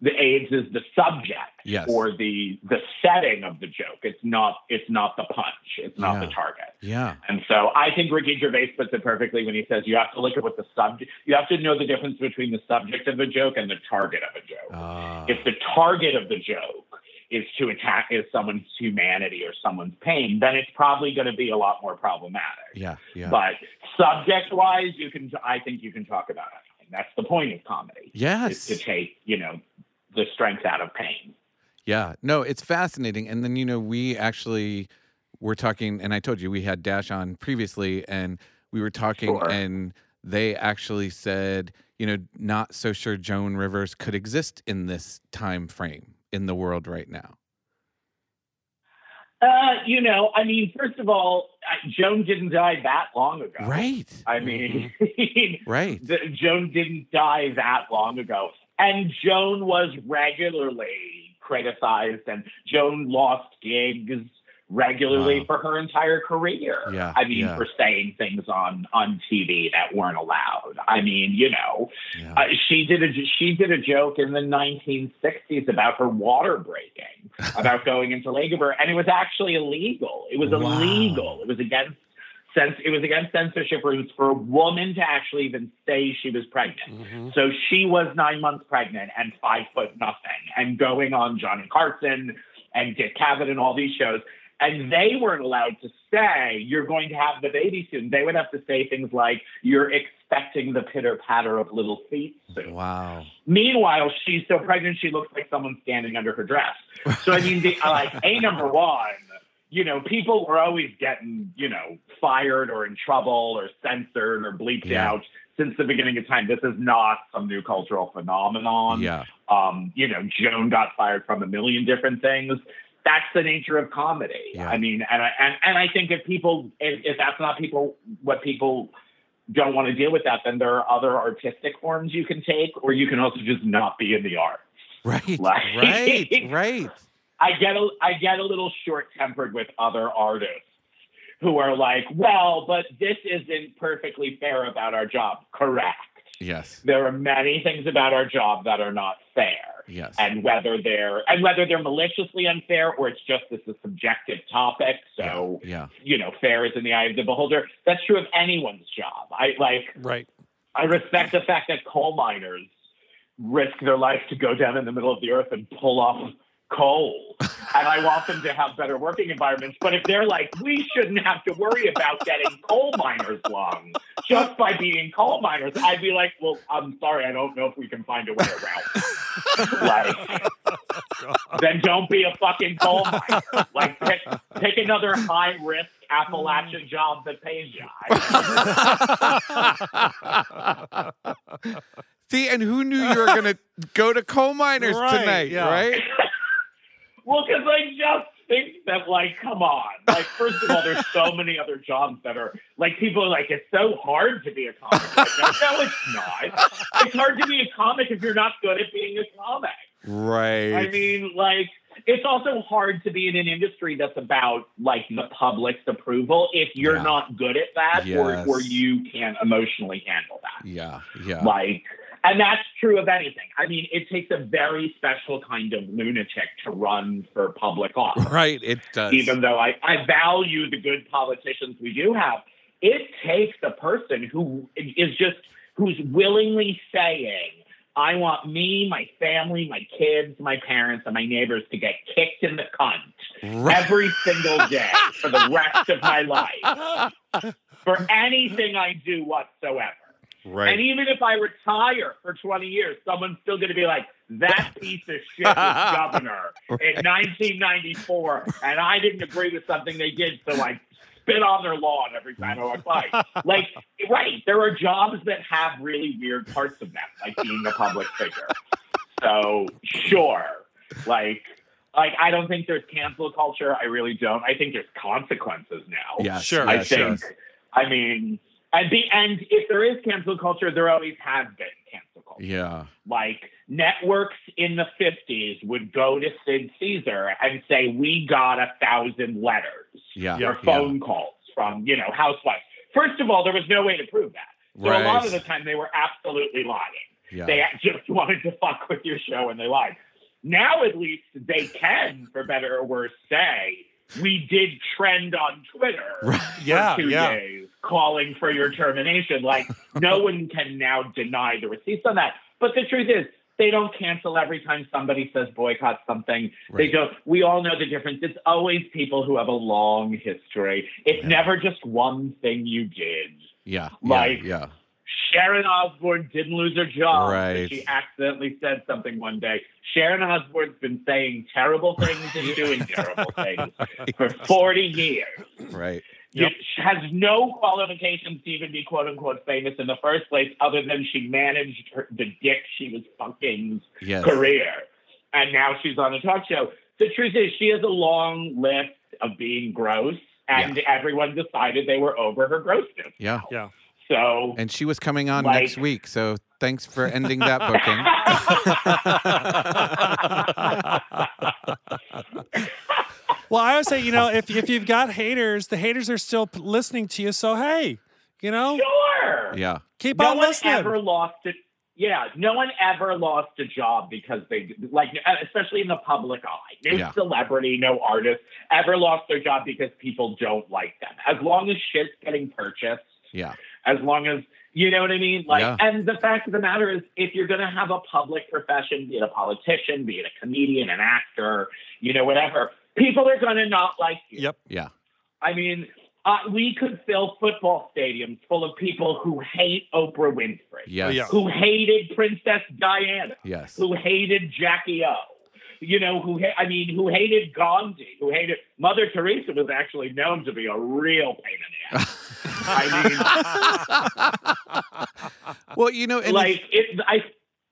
Speaker 6: The AIDS is the subject
Speaker 4: Yes.
Speaker 6: or the the setting of the joke. It's not it's not the punch. It's not the
Speaker 4: Yeah.
Speaker 6: target.
Speaker 4: Yeah.
Speaker 6: And so I think Ricky Gervais puts it perfectly when he says you have to look at what the subject, you have to know the difference between the subject of a joke and the target of a joke.
Speaker 4: Ah.
Speaker 6: if the target of the joke is to attack is someone's humanity or someone's pain, then it's probably going to be a lot more problematic.
Speaker 4: yeah. Yeah.
Speaker 6: But subject wise, you can, I think you can talk about it. And that's the point of comedy is
Speaker 4: yes.
Speaker 6: to take, you know, the strength out of pain.
Speaker 4: Yeah. No, it's fascinating. And then, you know, we actually were talking, and I told you we had Dash on previously, and we were talking,
Speaker 6: Sure.
Speaker 4: and they actually said, you know, not so sure Joan Rivers could exist in this time frame in the world right now.
Speaker 6: Uh, you know, I mean, first of all, I- Joan didn't die that long ago.
Speaker 4: Right.
Speaker 6: I mean,
Speaker 4: Right.
Speaker 6: the, Joan didn't die that long ago. And Joan was regularly criticized, and Joan lost gigs regularly
Speaker 4: Wow.
Speaker 6: for her entire career.
Speaker 4: Yeah,
Speaker 6: I mean,
Speaker 4: yeah.
Speaker 6: for saying things on, on TV that weren't allowed. I mean, you know,
Speaker 4: Yeah.
Speaker 6: uh, she did a she did a joke in the 1960s about her water breaking, about going into labor, and it was actually illegal. It was
Speaker 4: Wow.
Speaker 6: illegal. It was against sense. It was against censorship rules for a woman to actually even say she was pregnant.
Speaker 4: Mm-hmm.
Speaker 3: Mhm.
Speaker 6: So she was nine months pregnant and five foot nothing, and going on Johnny Carson and Dick Cavett and all these shows. And they weren't allowed to say, You're going to have the baby soon. They would have to say things like, You're expecting the pitter patter of little feet soon.
Speaker 4: wow.
Speaker 6: Meanwhile, she's so pregnant, she looks like someone standing under her dress. So, I mean, the, uh, like, A number one, you know, people were always getting, you know, fired or in trouble or censored or bleeped
Speaker 4: Yeah.
Speaker 6: out since the beginning of time. This is not some new cultural phenomenon.
Speaker 4: Yeah.
Speaker 6: Um, you know, Joan got fired from a million different things. That's the nature of comedy.
Speaker 4: Yeah.
Speaker 6: I mean, and I and, and I think if people if, if that's not people what people don't want to deal with that, then there are other artistic forms you can take, or you can also just not be in the art.
Speaker 4: Right.
Speaker 6: Like-
Speaker 4: Right. Right.
Speaker 6: I get a I get a little short tempered with other artists who are like, well, but this isn't perfectly fair about our job. Correct.
Speaker 4: Yes.
Speaker 6: There are many things about our job that are not fair
Speaker 4: Yes.
Speaker 6: and whether they're and whether they're maliciously unfair or it's just it's a subjective topic so
Speaker 4: yeah.
Speaker 6: you know fair is in the eye of the beholder that's true of anyone's job i like
Speaker 3: Right.
Speaker 6: i respect the fact that coal miners risk their life to go down in the middle of the earth and pull up coal and i want them to have better working environments but if they're like we shouldn't have to worry about getting coal miners lungs just by being coal miners i'd be like well i'm sorry i don't know if we can find a way around like then don't be a fucking coal miner. Like pick, pick another high risk Appalachian job that pays you. I-
Speaker 4: See, and who knew you were going to go to coal miners
Speaker 3: Right,
Speaker 4: tonight,
Speaker 3: yeah.
Speaker 4: right?
Speaker 6: Well, because I just think that, like, come on. Like, first of all, there's so many other jobs that are, like, people are like, it's so hard to be a comic. Like, no, it's not. It's hard to be a comic if you're not good at being a comic.
Speaker 4: Right.
Speaker 6: I mean, like, it's also hard to be in an industry that's about, like, the public's approval if you're
Speaker 4: Yeah.
Speaker 6: not good at that or,
Speaker 4: Yes.
Speaker 6: or you can't emotionally handle that.
Speaker 4: yeah, yeah.
Speaker 6: Like, and that's true of anything. I mean, it takes a very special kind of lunatic to run for public office.
Speaker 4: Right, it does.
Speaker 6: Even though I, I value the good politicians we do have, it takes a person who is just, who's willingly saying, I want me, my family, my kids, my parents, and my neighbors to get kicked in the cunt every single day for the rest of my life for anything I do whatsoever. And
Speaker 4: right.
Speaker 6: even if I retire for 20 years, someone's still going to be like, that piece of shit was governor in 1994, and I didn't agree with something they did, so I spit on their lawn every time I walk by. Like, right, there are jobs that have really weird parts of them, like being a public figure. So, sure, like, like I don't think there's cancel culture. I really don't. I think there's consequences now.
Speaker 4: Yes,
Speaker 3: Sure.
Speaker 6: I
Speaker 4: yes,
Speaker 6: think.
Speaker 4: yes.
Speaker 6: I mean, at the end, if there is cancel culture, there always has been cancel culture.
Speaker 4: Yeah.
Speaker 6: Like networks in the 50s would go to Sid Caesar and say, We got a thousand letters
Speaker 4: Yeah.
Speaker 3: Yeah.
Speaker 6: or phone calls from, you know, housewives. First of all, there was no way to prove that. So a lot
Speaker 4: Right.
Speaker 6: of the time they were absolutely lying.
Speaker 4: Yeah.
Speaker 6: They just wanted to fuck with your show and they lied. Now at least they can, for better or worse, say we did trend on Twitter
Speaker 3: Yeah,
Speaker 6: for two
Speaker 3: yeah.
Speaker 6: days calling for your termination. Like no one can now deny the receipts on that. But the truth is they don't cancel every time somebody says boycott something. They
Speaker 4: Right.
Speaker 6: don't we all know the difference. It's always people who have a long history. It's never just one thing you did.
Speaker 4: yeah.
Speaker 6: Like-
Speaker 4: yeah.
Speaker 6: Sharon Osbourne didn't lose her job.
Speaker 4: Right.
Speaker 6: but She accidentally said something one day. Sharon Osbourne's been saying terrible things and doing terrible things for 40 years.
Speaker 4: yeah. Right.
Speaker 3: Yep.
Speaker 6: She has no qualifications to even be quote unquote famous in the first place, other than she managed her, the dick she was fucking
Speaker 4: Yes.
Speaker 6: career. And now she's on a talk show. The truth is, she has a long list of being gross, and everyone decided they were over her grossness.
Speaker 4: Yeah.
Speaker 6: So.
Speaker 4: And she was coming on
Speaker 6: Like-
Speaker 4: next week, so thanks for ending that booking.
Speaker 3: Well, I would say, you know, if if you've got haters, the haters are still p- listening to you. So hey, you know,
Speaker 6: sure.
Speaker 4: Yeah.
Speaker 3: keep
Speaker 6: no
Speaker 3: on
Speaker 6: one
Speaker 3: listening.
Speaker 6: ever lost it. Yeah, no one ever lost a job because they like, uh, especially in the public eye. No
Speaker 4: Yeah.
Speaker 6: celebrity, no artist ever lost their job because people don't like them. As long as shit's getting purchased,
Speaker 4: Yeah.
Speaker 6: as long as you know what I mean. Like,
Speaker 4: Yeah.
Speaker 6: and the fact of the matter is, if you're going to have a public profession, be it a politician, be it a comedian, an actor, you know, whatever, people are going to not like you.
Speaker 3: Yep.
Speaker 4: Yeah.
Speaker 6: I mean, uh, we could fill football stadiums full of people who hate Oprah Winfrey,
Speaker 4: Yes.
Speaker 3: yeah.
Speaker 6: who hated Princess Diana,
Speaker 4: Yes.
Speaker 6: who hated Jackie O. You know, who ha- I mean, who hated Gandhi, who hated Mother Teresa was actually known to be a real pain in the ass. I mean,
Speaker 4: Well, you know, and
Speaker 6: like it. I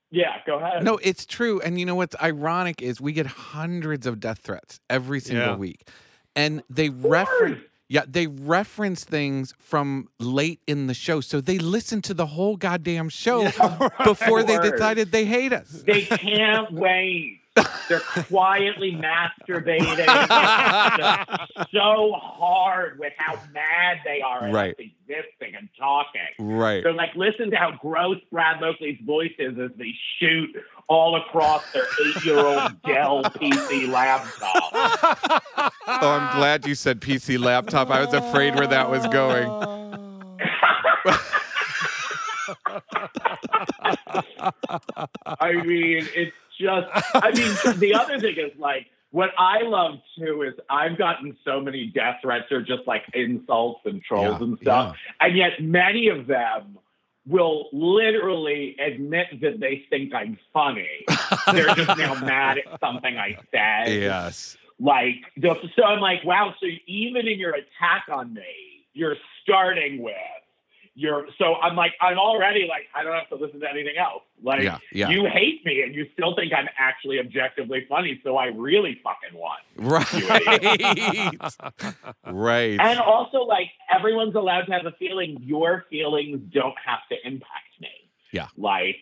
Speaker 6: yeah, go ahead.
Speaker 4: No, it's true. And you know what's ironic is we get hundreds of death threats every single
Speaker 3: Yeah.
Speaker 4: week. And they reference yeah, they reference things from late in the show. So they listen to the whole goddamn show before they
Speaker 6: Word.
Speaker 4: decided they hate us.
Speaker 6: They can't wait. They're quietly masturbating so hard with how mad they are at
Speaker 4: Right.
Speaker 6: us existing and talking.
Speaker 4: Right.
Speaker 6: They're like, listen to how gross Brad Mosley's voice is as they shoot all across their eight-year-old Dell PC laptop.
Speaker 4: Oh, I'm glad you said PC laptop. I was afraid where that was going.
Speaker 6: I mean, it's just. I mean, the other thing is like what I love too is I've gotten so many death threats or just like insults and trolls
Speaker 4: Yeah,
Speaker 6: and stuff, and yet many of them will literally admit that they think I'm funny. They're just now mad at something I said.
Speaker 4: Yes.
Speaker 6: Like, the, so I'm like, wow. So even in your attack on me, you're starting with, you're so I'm like I'm already like I don't have to listen to anything else. Like
Speaker 4: Yeah, yeah.
Speaker 6: you hate me and you still think I'm actually objectively funny, so I really fucking want.
Speaker 4: Right. right.
Speaker 6: And also like everyone's allowed to have a feeling. Your feelings don't have to impact me.
Speaker 4: Yeah.
Speaker 6: Like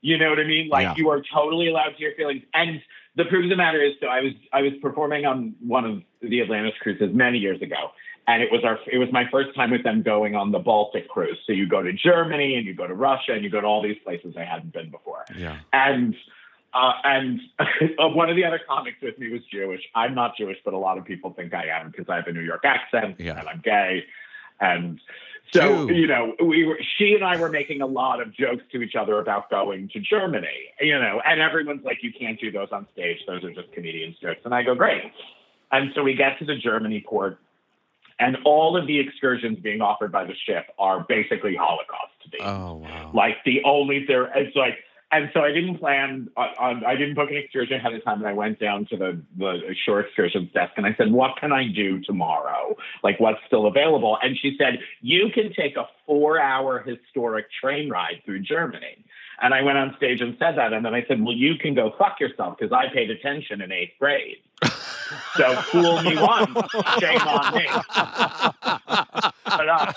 Speaker 6: you know what I mean? Like
Speaker 4: Yeah.
Speaker 6: you are totally allowed to your feelings. And the proof of the matter is so I was I was performing on one of the Atlantis cruises many years ago. And it was our it was my first time with them going on the Baltic cruise. So you go to Germany and you go to Russia and you go to all these places I hadn't been before
Speaker 4: Yeah.
Speaker 6: and uh, and uh, one of the other comics with me was Jewish. I'm not Jewish, but a lot of people think I am because I have a New York accent
Speaker 4: Yeah.
Speaker 6: and I'm gay. And so
Speaker 4: Jew.
Speaker 6: you know, we were she and I were making a lot of jokes to each other about going to Germany. You know, and everyone's like, "You can't do those on stage; those are just comedians' jokes." And I go, "Great." And so we get to the Germany port, and all of the excursions being offered by the ship are basically Holocaust themed
Speaker 4: Oh wow.
Speaker 6: like the only there it's like and so I didn't plan on, on I didn't book an excursion ahead of time and I went down to the the shore excursions desk and I said what can I do tomorrow like what's still available and she said you can take a 4 hour historic train ride through Germany and I went on stage and said that and then I said well you can go fuck yourself cuz I paid attention in 8th grade so fool me once shame on me but uh,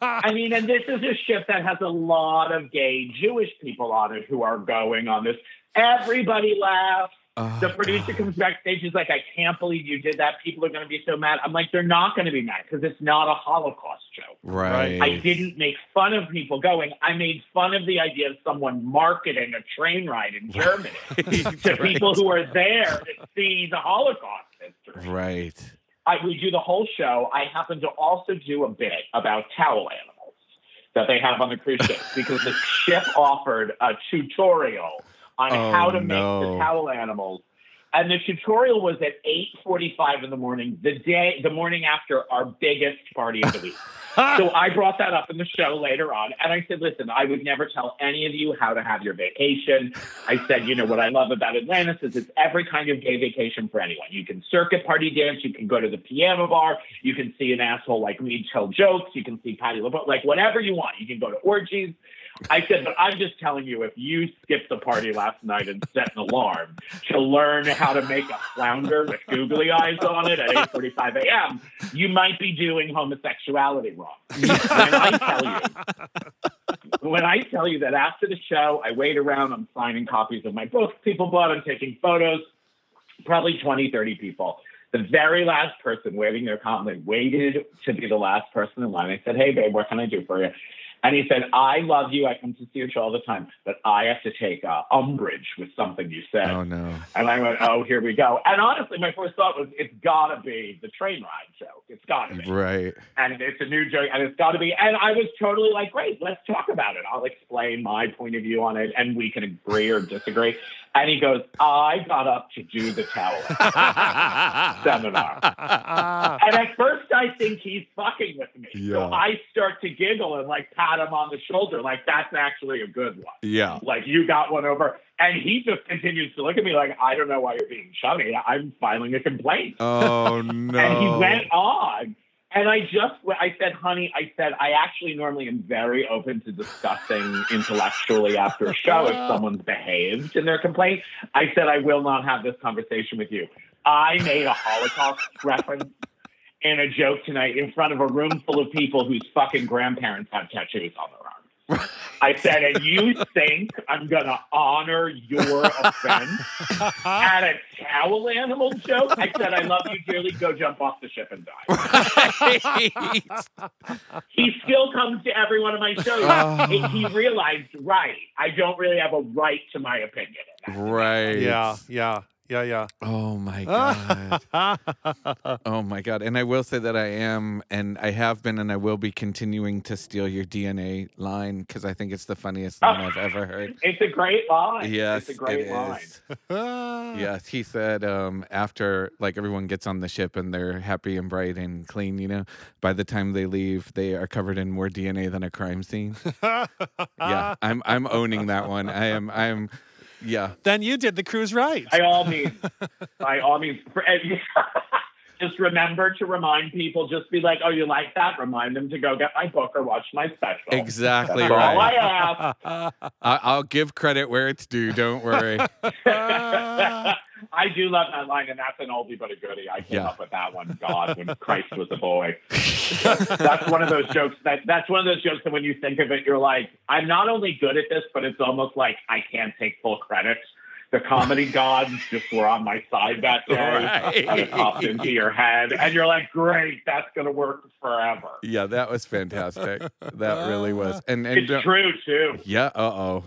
Speaker 6: I mean, and this is a ship that has a lot of gay Jewish people on it who are going on this. Everybody laughs.
Speaker 4: Oh,
Speaker 6: The producer comes backstage. He's like, "I can't believe you did that. People are going to be so mad." I'm like, "They're not going to be mad because it's not a Holocaust joke.
Speaker 4: Right.
Speaker 6: I didn't make fun of people going. I made fun of the idea of someone marketing a train ride in Germany to people who are there to see the Holocaust history."
Speaker 4: Right.
Speaker 6: I, we do the whole show. I happen to also do a bit about towel animals that they have on the cruise ship because the ship offered a tutorial on
Speaker 4: Oh,
Speaker 6: how to make
Speaker 4: no.
Speaker 6: the towel animals. And the tutorial was at 8:45 in the morning, the day the morning after our biggest party of the week. so I brought that up in the show later on and I said, "Listen, I would never tell any of you how to have your vacation. I said, you know, what I love about Atlantis is it's every kind of gay vacation for anyone. You can circuit party dance, you can go to the piano bar, you can see an asshole like me tell jokes, you can see Patty LaBelle, like whatever you want. You can go to orgies. I said, but I'm just telling you, if you skipped the party last night and set an alarm to learn how to make a flounder with googly eyes on it at 8:45 a.m., you might be doing homosexuality wrong. when I tell you when I tell you that after the show, I wait around, I'm signing copies of my books, people bought, I'm taking photos, probably 20, 30 people. The very last person waiting their comment waited to be the last person in line. I said, Hey, babe, what can I do for you? And he said, I love you. I come to see you all the time, but I have to take uh, umbrage with something you said.
Speaker 4: Oh no.
Speaker 6: And I went, Oh, here we go. And honestly, my first thought was, It's got to be the train ride joke. It's got to be
Speaker 4: Right.
Speaker 6: and it's a new joke, and it's got to be. And I was totally like, great, let's talk about it. I'll explain my point of view on it, and we can agree or disagree. And he goes, I got up to do the towel seminar. And at first, I think he's fucking with me.
Speaker 4: Yeah.
Speaker 6: So I start to giggle and like pat him on the shoulder, like that's actually a good one.
Speaker 4: Yeah.
Speaker 6: Like you got one over, and he just continues to look at me like I don't know why you're being chummy. I'm filing a complaint.
Speaker 4: Oh no.
Speaker 6: And he went on. And I just, I said, honey, I said, I actually normally am very open to discussing intellectually after a show if someone's behaved in their complaint. I said, I will not have this conversation with you. I made a Holocaust reference in a joke tonight in front of a room full of people whose fucking grandparents have tattoos on their arms. I said, and you think I'm going to honor your offense? at a towel animal joke. I said, I love you dearly. Go jump off the ship and die. He still comes to every one of my shows.
Speaker 4: Oh.
Speaker 6: He- he realized, right, I don't really have a right to my opinion.
Speaker 4: right.
Speaker 3: yeah, yeah, yeah,
Speaker 4: Oh my god.
Speaker 3: yeah.
Speaker 4: Oh my god. And I will say that I am and I have been and I will be continuing to steal your DNA line cuz I think it's the funniest line I've ever heard.
Speaker 6: Oh, It's a great line.
Speaker 4: Yes.
Speaker 6: it's a great
Speaker 4: it
Speaker 6: line.
Speaker 4: is. Yes, he said um, after like everyone gets on the ship and they're happy and bright and clean, you know, by the time they leave, they are covered in more DNA than a crime scene. yeah, I'm I'm owning that one. I am I'm yeah.
Speaker 3: Then you did the cruise right.
Speaker 6: By all means, by all means. For- and- just remember to remind people, just be like, oh, you like that? Remind them to go get my book or watch my special.
Speaker 4: Exactly
Speaker 6: Oh. That's all I
Speaker 4: right.
Speaker 6: ask.
Speaker 4: I- I'll give credit where it's due. Don't worry.
Speaker 6: I do love that line, and that's an oldie but a goodie. I came
Speaker 4: Yeah.
Speaker 6: up with that one. God, when Christ was a boy, that's one of those jokes. That that's one of those jokes that when you think of it, you're like, I'm not only good at this, but it's almost like I can't take full credit. The comedy gods just were on my side that day,
Speaker 4: Right.
Speaker 6: and it popped into your head, and you're like, great, that's gonna work forever.
Speaker 4: yeah, that was fantastic. That really was. And and uh,
Speaker 6: It's
Speaker 4: don't-
Speaker 6: true too.
Speaker 4: yeah. Uh oh.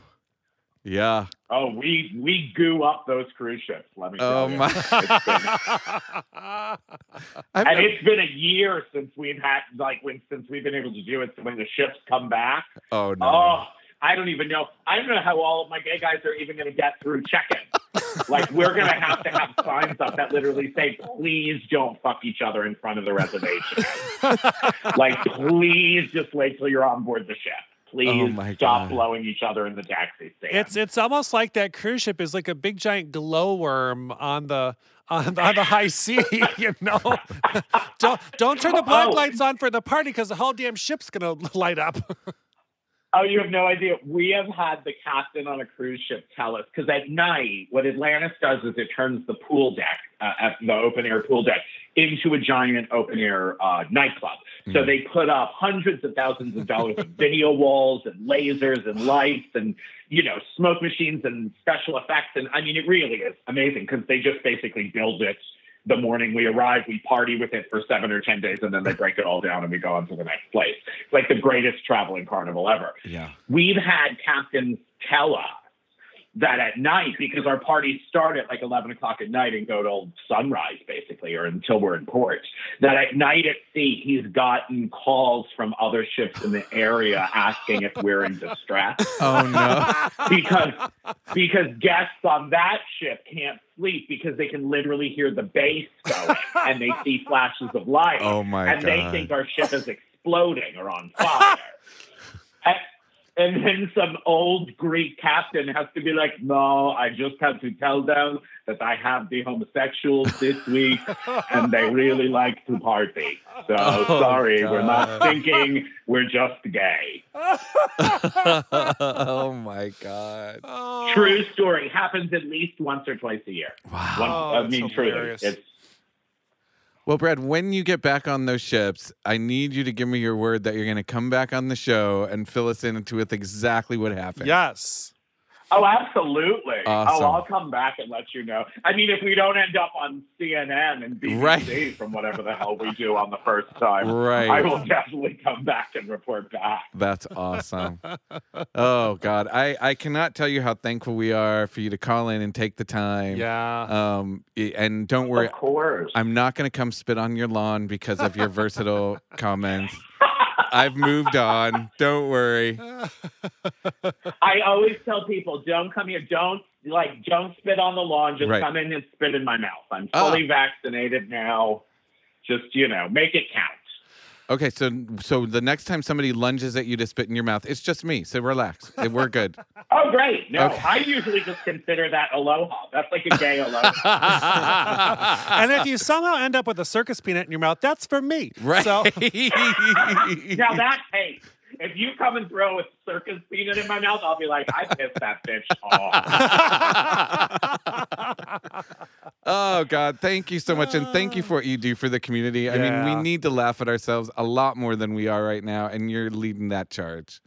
Speaker 4: Yeah.
Speaker 6: Oh, we we goo up those cruise ships. Let me.
Speaker 4: Oh
Speaker 6: tell you.
Speaker 4: my. I've
Speaker 6: and
Speaker 4: never-
Speaker 6: it's been a year since we've had like when since we've been able to do it. So when the ships come back,
Speaker 4: oh no.
Speaker 6: oh, I don't even know. I don't know how all of my gay guys are even going to get through check-in. like we're going to have to have signs up that literally say, "Please don't fuck each other in front of the reservation." like, please just wait till you're on board the ship.
Speaker 4: Oh,
Speaker 6: Please
Speaker 4: my God.
Speaker 6: stop blowing each other in the taxi stand.
Speaker 3: It's it's almost like that cruise ship is like a big giant glowworm on the on, on the high sea, you know. don't don't turn the black
Speaker 6: Oh.
Speaker 3: lights on for the party because the whole damn ship's gonna light up.
Speaker 6: Oh, you have no idea. We have had the captain on a cruise ship tell us because at night, what Atlantis does is it turns the pool deck, uh, at the open air pool deck, into a giant open air uh, nightclub. So they put up hundreds of thousands of dollars of video walls and lasers and lights and you know smoke machines and special effects. And I mean, it really is amazing because they just basically build it. The morning we arrive, we party with it for seven or ten days, and then they break it all down and we go on to the next place. It's like the greatest traveling carnival ever
Speaker 4: yeah.
Speaker 6: we've had captains tell us that at night because our parties start at like 11 o'clock at night and go till sunrise basically or until we're in port that at night at sea he's gotten calls from other ships in the area asking if we're in distress
Speaker 4: Oh no.
Speaker 6: because because guests on that ship can't sleep because they can literally hear the bass going and they see flashes of light
Speaker 4: Oh my
Speaker 6: and they
Speaker 4: God.
Speaker 6: think our ship is exploding or on fire. and, and then some old Greek captain has to be like, "No, I just have to tell them that I have the homosexuals this week, and they really like to party. So
Speaker 4: Oh,
Speaker 6: sorry, we're
Speaker 4: God.
Speaker 6: not thinking. We're just gay."
Speaker 4: oh my god.
Speaker 3: Oh.
Speaker 6: True story happens at least once or twice a year.
Speaker 4: Wow.
Speaker 6: Once,
Speaker 3: Oh,
Speaker 6: I
Speaker 3: that's
Speaker 6: mean, truly,
Speaker 3: hilarious.
Speaker 6: it's
Speaker 4: Well, Brad, when you get back on those ships, I need you to give me your word that you're going to come back on the show and fill us in with exactly what happened.
Speaker 3: Yes.
Speaker 6: Oh, absolutely.
Speaker 4: Awesome.
Speaker 6: Oh, I'll come back and let you know. I mean, if we don't end up on CNN and BBC
Speaker 4: Right.
Speaker 6: from whatever the hell we do on the first time,
Speaker 4: Right.
Speaker 6: I will definitely come back and report back.
Speaker 4: That's awesome. oh God, I I cannot tell you how thankful we are for you to call in and take the time.
Speaker 3: Yeah.
Speaker 4: Um, i- and don't worry,
Speaker 6: Of course.
Speaker 4: I'm not going to come spit on your lawn because of your versatile comments. I've moved on. Don't worry.
Speaker 6: I always tell people, don't come here. Don't like, don't spit on the lawn. Just
Speaker 4: Right.
Speaker 6: come in and spit in my mouth. I'm
Speaker 4: Ah.
Speaker 6: fully vaccinated now. Just you know, make it count.
Speaker 4: Okay, so so the next time somebody lunges at you to spit in your mouth, it's just me. So relax. We're good.
Speaker 6: Oh, great! No,
Speaker 4: Okay.
Speaker 6: I usually just consider that aloha. That's like a gay aloha.
Speaker 3: and if you somehow end up with a circus peanut in your mouth, that's for me.
Speaker 4: Right.
Speaker 3: So
Speaker 6: Now that hey, if you come and throw a circus peanut in my mouth, I'll be like, I pissed that bitch off.
Speaker 4: oh God, thank you so much, and thank you for what you do for the community. I mean,
Speaker 3: Uh. Yeah.
Speaker 4: we need to laugh at ourselves a lot more than we are right now, and you're leading that charge.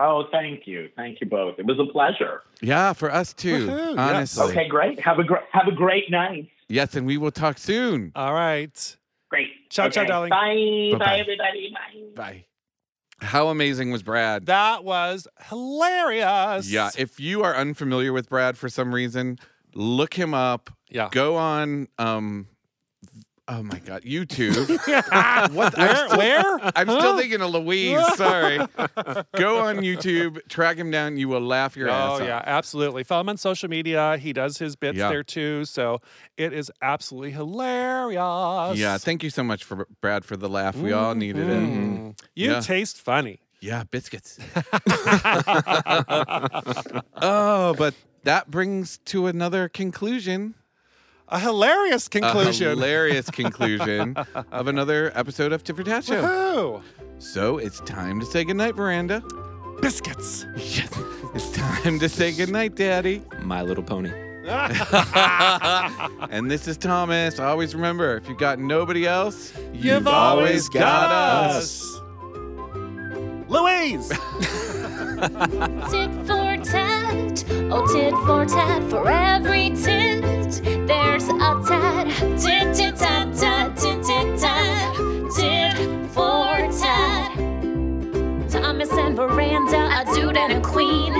Speaker 6: oh, thank you, thank you both. It was a pleasure.
Speaker 4: Yeah, for us too.
Speaker 3: Woohoo, yes.
Speaker 4: honestly,
Speaker 6: Okay, great. Have a great have a great night.
Speaker 4: yes, and we will talk soon.
Speaker 3: all right.
Speaker 6: Great.
Speaker 3: Ciao, ciao,
Speaker 6: Okay,
Speaker 3: darling.
Speaker 6: Bye,
Speaker 4: Bye-bye.
Speaker 6: bye, everybody. Bye.
Speaker 4: Bye. How amazing was Brad?
Speaker 3: That was hilarious.
Speaker 4: yeah, if you are unfamiliar with Brad for some reason, look him up.
Speaker 3: Yeah.
Speaker 4: Go on. Um, oh my God, YouTube. what? I'm
Speaker 3: Where?
Speaker 4: still-
Speaker 3: Where?
Speaker 4: I'm still thinking of Louise. Sorry. Go on YouTube, track him down. You will laugh your ass
Speaker 3: Oh
Speaker 4: off.
Speaker 3: yeah, absolutely. Follow him on social media. He does his bits
Speaker 4: Yeah.
Speaker 3: there too, so it is absolutely hilarious.
Speaker 4: Yeah. Thank you so much for Brad for the laugh. We
Speaker 3: Mm-hmm.
Speaker 4: all needed it.
Speaker 3: Mm. You
Speaker 4: Yeah.
Speaker 3: taste funny.
Speaker 4: Yeah, biscuits. oh, but that brings to another conclusion
Speaker 3: A hilarious
Speaker 4: A
Speaker 3: conclusion.
Speaker 4: hilarious conclusion of another episode of Tiffer Tat Show.
Speaker 3: Woohoo!
Speaker 4: So it's time to say goodnight, Miranda.
Speaker 3: Biscuits.
Speaker 4: Yes. It's time to say goodnight, Daddy.
Speaker 5: My Little Pony.
Speaker 4: And this is Thomas. Always remember if you've got nobody else, you've,
Speaker 5: always got
Speaker 3: us. Louise!
Speaker 1: tit for tat. Oh, tit for tat. For every tit, there's a tat. Tit, tit, tat, tat, tit, tit, tat. Tit for tat. Thomas and Miranda, a dude and a queen.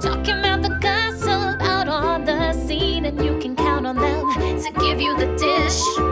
Speaker 1: Talking about the gossip out on the scene. And you can count on them to give you the dish. oh,